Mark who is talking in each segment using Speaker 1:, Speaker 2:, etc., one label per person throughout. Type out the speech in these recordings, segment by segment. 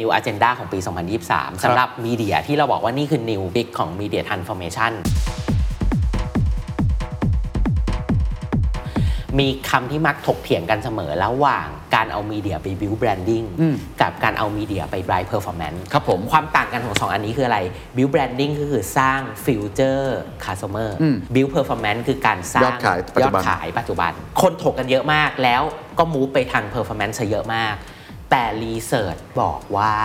Speaker 1: New Agenda ของปี 2023สำหรับมีเดียที่เราบอกว่านี่คือ New Big ของ Media Transformation มีคำที่มักถกเถียงกันเสมอระหว่างการเอามีเดียไป build branding
Speaker 2: อืม
Speaker 1: กับการเอามีเดียไป drive performance
Speaker 2: ครับผม
Speaker 1: ความต่างกันของ 2 อันนี้คืออะไร build branding ก็คือสร้าง future customer
Speaker 2: อืม
Speaker 1: build performance คือการสร้าง
Speaker 3: ยอดขายปัจ
Speaker 1: ย
Speaker 3: จุ
Speaker 1: อ
Speaker 3: บัน
Speaker 1: ดขายปัจจุบัน คนถกกันเยอะมากแล้วก็มูฟไปทาง performance ซะเยอะมาก แต่รีเสิร์ชบอกว่า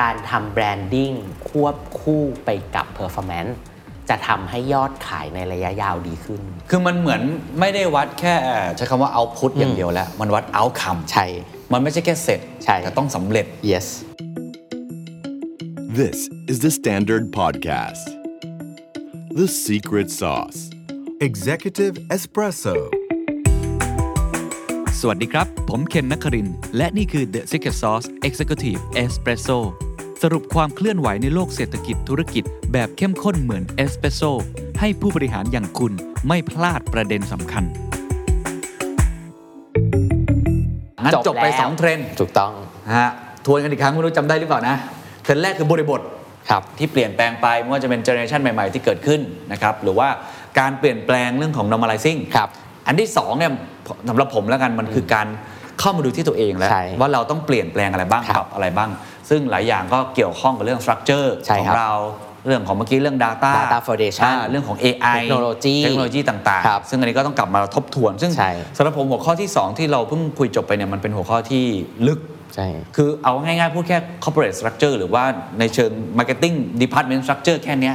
Speaker 1: การทำ branding ควบคู่ไปกับ performance จะทำให้ยอดขายในระยะยาวดีขึ้น
Speaker 2: คือมันเหมือนไม่ได้วัดแค่ใช้คำว่า output อย่างเดียวแล้ว มันวัด outcome
Speaker 1: ใช่
Speaker 2: มันไม่ใช่แค่เสร็จ
Speaker 1: ใช่
Speaker 2: แต่ต้องสำเร็จ
Speaker 1: yes
Speaker 4: This is the Standard Podcast. The Secret Sauce.
Speaker 5: Executive Espresso.
Speaker 6: สวัสดีครับ ผมเคนนักครินทร์และนี่คือ The Secret Sauce Executive Espresso สรุปความเคลื่อนไหวในโลกเศรษฐกิจธุรกิจแบบเข้มข้นเหมือนเอสเปรสโซให้ผู้บริหารอย่างคุณไม่พลาดประเด็นสำคัญ
Speaker 2: งั้นจบไป
Speaker 1: แล้ว
Speaker 2: 2 เทรนด์
Speaker 1: ถูกต้อง
Speaker 2: ฮะทวนกันอีกครั้งไม่รู้จำได้หรือเปล่านะ เทรนด์แรกคือบริบท
Speaker 1: ครับ
Speaker 2: ที่เปลี่ยนแปลงไปไม่ว่าจะเป็นเจเนอเรชันใหม่ ๆ ที่เกิดขึ้นนะครับหรือว่าการเปลี่ยนแปลงเรื่องของ normalizing
Speaker 1: ครับ
Speaker 2: อันที่สองเนี่ยสำหรับผมแล้วกันมันคือการเข้ามาดูที่ตัวเองแล้ว
Speaker 1: ใช่
Speaker 2: ว่าเราต้องเปลี่ยนแปลงอะไรบ้าง
Speaker 1: ครับ
Speaker 2: ปรับอะไรบ้าง ซึ่งหลายอย่างก็เกี่ยวข้องกับเรื่อง structure
Speaker 1: ใช่
Speaker 2: ขอ
Speaker 1: ครั
Speaker 2: ง
Speaker 1: บ
Speaker 2: เราเรื่องของเมื่อกี้เรื่อง Data
Speaker 1: Data Foundation
Speaker 2: อ่าเรื่องของ AI
Speaker 1: เทคโนโลยี
Speaker 2: เทคโนโลยีต่าง
Speaker 1: ครับ
Speaker 2: ๆ ซึ่งอันนี้ก็ต้องกลับมาทบทวน ซึ่ง
Speaker 1: ใช่
Speaker 2: สำหรับผมหัวข้อที่สองที่เราเพิ่งคุยจบไปเนี่ยมันเป็นหัวข้อที่ลึก
Speaker 1: ใช่
Speaker 2: คือเอาง่ายๆ พูดแค่ corporate structure หรือว่าในเชิง marketing department structure แค่เนี้ย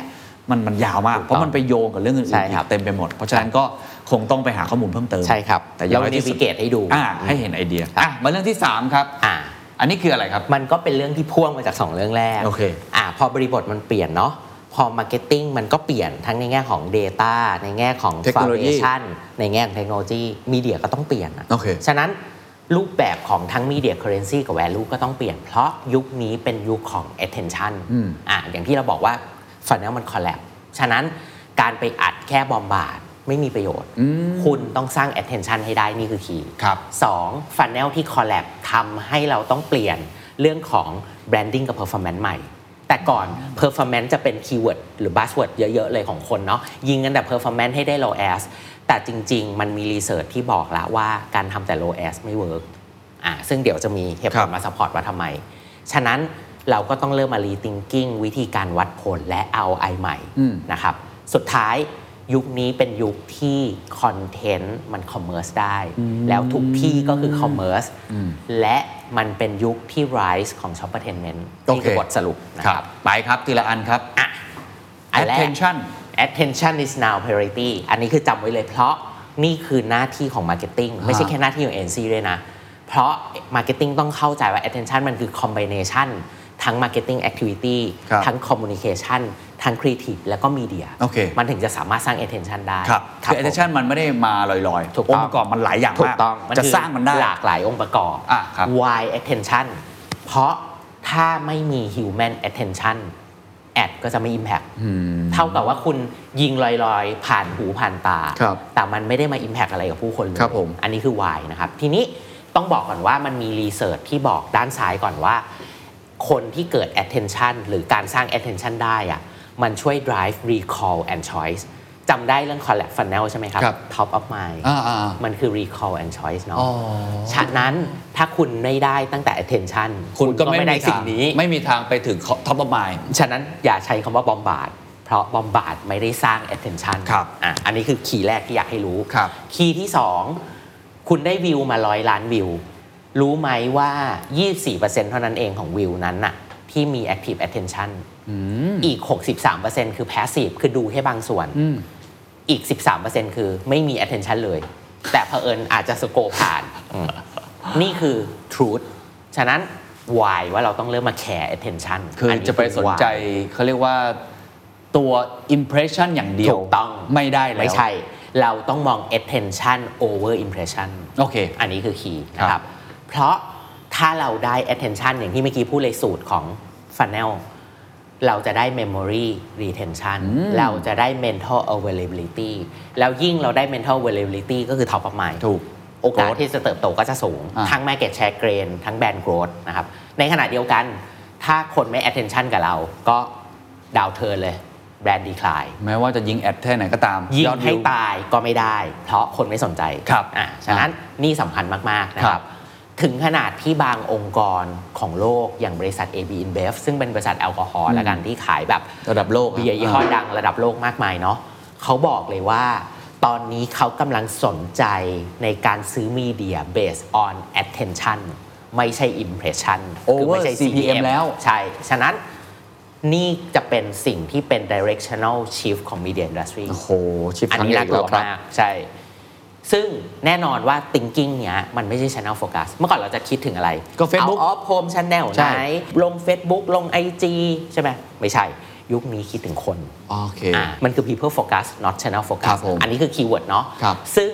Speaker 2: มันมันยาวมาก เพราะมันไปโยงกับเรื่องอื่น
Speaker 1: ใช่
Speaker 2: ๆอี
Speaker 1: ครับ
Speaker 2: กเต็มไปหมด เพราะฉะนั้นก็คงต้องไปหาข้อมูลเพิ่มเติม
Speaker 1: ใช่ครับ
Speaker 2: แต่อยั
Speaker 1: เรา
Speaker 2: งไง
Speaker 1: เน
Speaker 2: ที่สุ
Speaker 1: วิ
Speaker 2: ด
Speaker 1: เกตให้ดู
Speaker 2: อ่าให้เห็นไอเดียอ่ะมาเรื่องที่ 3 ครับ
Speaker 1: อ่า
Speaker 2: อันนี้คืออะไรครับ
Speaker 1: มันก็เป็นเรื่องที่พ่วงมาจาก 2 เรื่องแรก
Speaker 2: โอเค
Speaker 1: อ่าพอบริบทมันเปลี่ยนเนาะ พอมาร์เก็ตติ้งมันก็เปลี่ยนทั้งในแง่ของ Data ในแง่ของ
Speaker 2: เทคโนโลยี
Speaker 1: Foundation ในแง่ของเทคโนโลยีมีเดียก็ต้องเปลี่ยนอะ
Speaker 2: โอเค
Speaker 1: ฉะนั้นรูปแบบของทั้งมีเดียเคอเรนซีกับ Value ก็ต้องเปลี่ยน เพราะยุคนี้เป็นยุคของ attention อ่าอย่างที่เราบอกว่าฟันแนลมัน collapse ฉะนั้นการไปอัดแค่บอมบาดไม่มีประโยชน์ คุณต้องสร้าง attention ให้ได้นี่คือคีย์
Speaker 2: ครับ
Speaker 1: สองฟันแนลที่คอลแลบทำให้เราต้องเปลี่ยนเรื่องของแบรนดิ้งกับเพอร์ฟอร์แมนซ์ใหม่ แต่ก่อนเพอร์ฟอร์แมนซ์จะเป็นคีย์เวิร์ดหรือบัสเวิร์ดเยอะ ๆ เลยของคนเนาะยิงกันแต่เพอร์ฟอร์แมนซ์ให้ได้โลแอสแต่จริง ๆ มันมีรีเสิร์ชที่บอกแล้วว่าการทำแต่โลแอสไม่เวิร์กอ่าซึ่งเดี๋ยวจะมีเหตุผ
Speaker 2: ครั
Speaker 1: ล
Speaker 2: บ
Speaker 1: มาสปอร์ตว่าทำไม ฉะนั้นเราก็ต้องเริ่มมารีทิงกิ้งวิธีการวัดผลและเอาไอใหม่
Speaker 2: อืม
Speaker 1: นะครับสุดท้ายยุคนี้เป็นยุคที่คอนเทนต์มันคอมเมอร์สได้ แล้วทุกที่ก็คือคอมเมอร์สและมันเป็นยุคที่ rise ของ s h o p p e r t a i n m e n t นี่คือบทสรุปนะ
Speaker 2: ค
Speaker 1: ค
Speaker 2: รั
Speaker 1: รั
Speaker 2: บบ ไปครับทีละอันครับ
Speaker 1: อ่ะอันแรก
Speaker 2: attention
Speaker 1: attention is now priority อันนี้คือจำไว้เลยเพราะนี่คือหน้าที่ของ marketing ไม่ใช่แค่หน้าที่ของ ANC ด้วยนะ เพราะ marketing ต้องเข้าใจว่า attention มันคือ combination ทั้ง marketing activity
Speaker 2: ครับ
Speaker 1: ทั้ง communication ทั้ง creative แล้วก็ media
Speaker 2: โอเค
Speaker 1: มันถึงจะสามารถสร้าง attention ได้
Speaker 2: ครับคือ
Speaker 1: ผม
Speaker 2: attention มันไม่ได้มาลอย
Speaker 1: ถูก
Speaker 2: ๆอง
Speaker 1: ต้ง
Speaker 2: ค์ประกอบมันหลายอย่าง
Speaker 1: ถู
Speaker 2: มาก
Speaker 1: กต้อง
Speaker 2: จะ
Speaker 1: คือ
Speaker 2: สร้างมันได้
Speaker 1: หลากหลายองค์ประกอบ
Speaker 2: อ่ะครับ
Speaker 1: why attention เพราะถ้าไม่มี human attention แอดก็จะไม่ impact เท่ากับว่าคุณยิงลอยๆ ผ่านหูผ่านตา
Speaker 2: ครับ
Speaker 1: แต่มันไม่ได้มา impact อะไรกับผู้คนเลย
Speaker 2: ครับผม
Speaker 1: อันนี้คือ why นะครับ ทีนี้ต้องบอกก่อนว่ามันมีรีเสิร์ชที่บอกด้านซ้ายก่อนว่า คนที่เกิด attention หรือการสร้าง attention ได้อะมันช่วย drive recall and choice จำได้เรื่อง collab funnel ใช่ไหมครับ
Speaker 2: ครับ
Speaker 1: top of mind
Speaker 2: อ่าๆ
Speaker 1: มันคือ recall and choice เนาะ ฉะนั้นถ้าคุณไม่ได้ตั้งแต่ attention
Speaker 2: คุณก็ไม่
Speaker 1: ได้
Speaker 2: มี
Speaker 1: สิ่
Speaker 2: ทาง ง
Speaker 1: นี้
Speaker 2: ไม่มีทางไปถึง top of mind
Speaker 1: ฉะนั้นอย่าใช้คำว่าบอมบาดเพราะบอมบาดไม่ได้สร้าง attention
Speaker 2: ครับ
Speaker 1: อ่ะอันนี้คือคีย์แรกที่อยากให้รู้
Speaker 2: ครับ
Speaker 1: คีย์ที่สองคุณได้วิวมาร้อยล้านวิว รู้ไหมว่า 24%เท่านั้นเองของวิวนั้นน่ะที่มี active attention อีก 63%คือ passive คือดูแค่บางส่วน อีก 13%คือไม่มี attention เลย แต่เผอิญอาจจะสโกปผ่าน นี่คือ truth ฉะนั้น why ว่าเราต้องเริ่มมา care attention
Speaker 2: คือน
Speaker 1: นี้
Speaker 2: จะไปสนใจ
Speaker 1: why
Speaker 2: เขาเรียกว่าตัว impression อย่างเดียว
Speaker 1: ถูกต้อง
Speaker 2: ไม่ได้แล้ว
Speaker 1: ไม่ใช่ เราต้องมอง attention over impression
Speaker 2: โอเค
Speaker 1: อันนี้คือคีย์
Speaker 2: ครับ
Speaker 1: นะครับ เพราะถ้าเราได้ attention อย่างที่เมื่อกี้พูดเลยสูตรของ funnel เราจะได้ memory retention เราจะได้ mental availability แล้วยิ่งเราได้ mental availability ก็คือ top of mind
Speaker 2: ถูก
Speaker 1: โอกาส
Speaker 2: Growth
Speaker 1: ที่จะเติบโตก็จะสูง
Speaker 2: อ่า
Speaker 1: ทั้ง market share gain ทั้ง brand growth นะครับ ในขณะเดียวกัน ถ้าคนไม่ attention กับเราก็ดาวเทิร์นเลยแบรนด์ดีคลาย
Speaker 2: แม้ว่าจะยิงแอดแค่ไหนก็ตาม
Speaker 1: ยิง
Speaker 2: ยอด
Speaker 1: ให้
Speaker 2: วิว
Speaker 1: ตายก็ไม่ได้ เพราะคนไม่สนใจ
Speaker 2: ครับ
Speaker 1: อ่ะฉะนั้นนี่สำคัญมาก ๆ นะค
Speaker 2: ครั
Speaker 1: รับ
Speaker 2: บ
Speaker 1: ถึงขนาดที่บางองค์กรของโลกอย่างบริษัท AB InBev ซึ่งเป็นบริษัทแอลกอฮอล์และกันที่ขายแบบ
Speaker 2: ระดับโลกะ
Speaker 1: เบียร์ยี่ห้อดังระดับโลกมากมายเนาะเขาบอกเลยว่า ตอนนี้เขากำลังสนใจในการซื้อมีเดีย based on attention ไม่ใช่ impression คื
Speaker 2: Over
Speaker 1: ไม่ใช่
Speaker 2: CPM แล้ว
Speaker 1: ใช่ ฉะนั้นนี่จะเป็นสิ่งที่เป็น directional shift ของ media industry
Speaker 2: โอ้โห ชิป
Speaker 1: อัน
Speaker 2: ครั้ง
Speaker 1: นี้
Speaker 2: ใหญ่
Speaker 1: น่ากลัว
Speaker 2: ครับ
Speaker 1: มากใช่ ซึ่งแน่นอนว่า thinking เนี้ยมันไม่ใช่ channel focus เมื่อก่อนเราจะคิดถึงอะไร
Speaker 2: ก็ Facebook
Speaker 1: ออฟโฮม channel
Speaker 2: ใช่
Speaker 1: ไหน ลง Facebook ลง IG ใช่ไหมไม่ใช่ ยุคนี้คิดถึงคน
Speaker 2: โอเค
Speaker 1: อ่ะมันคือ people focus not channel
Speaker 2: ครั
Speaker 1: focus
Speaker 2: บผม
Speaker 1: อันนี้คือคีย์เวิร์ดเนาะ
Speaker 2: ครับ
Speaker 1: ซึ่ง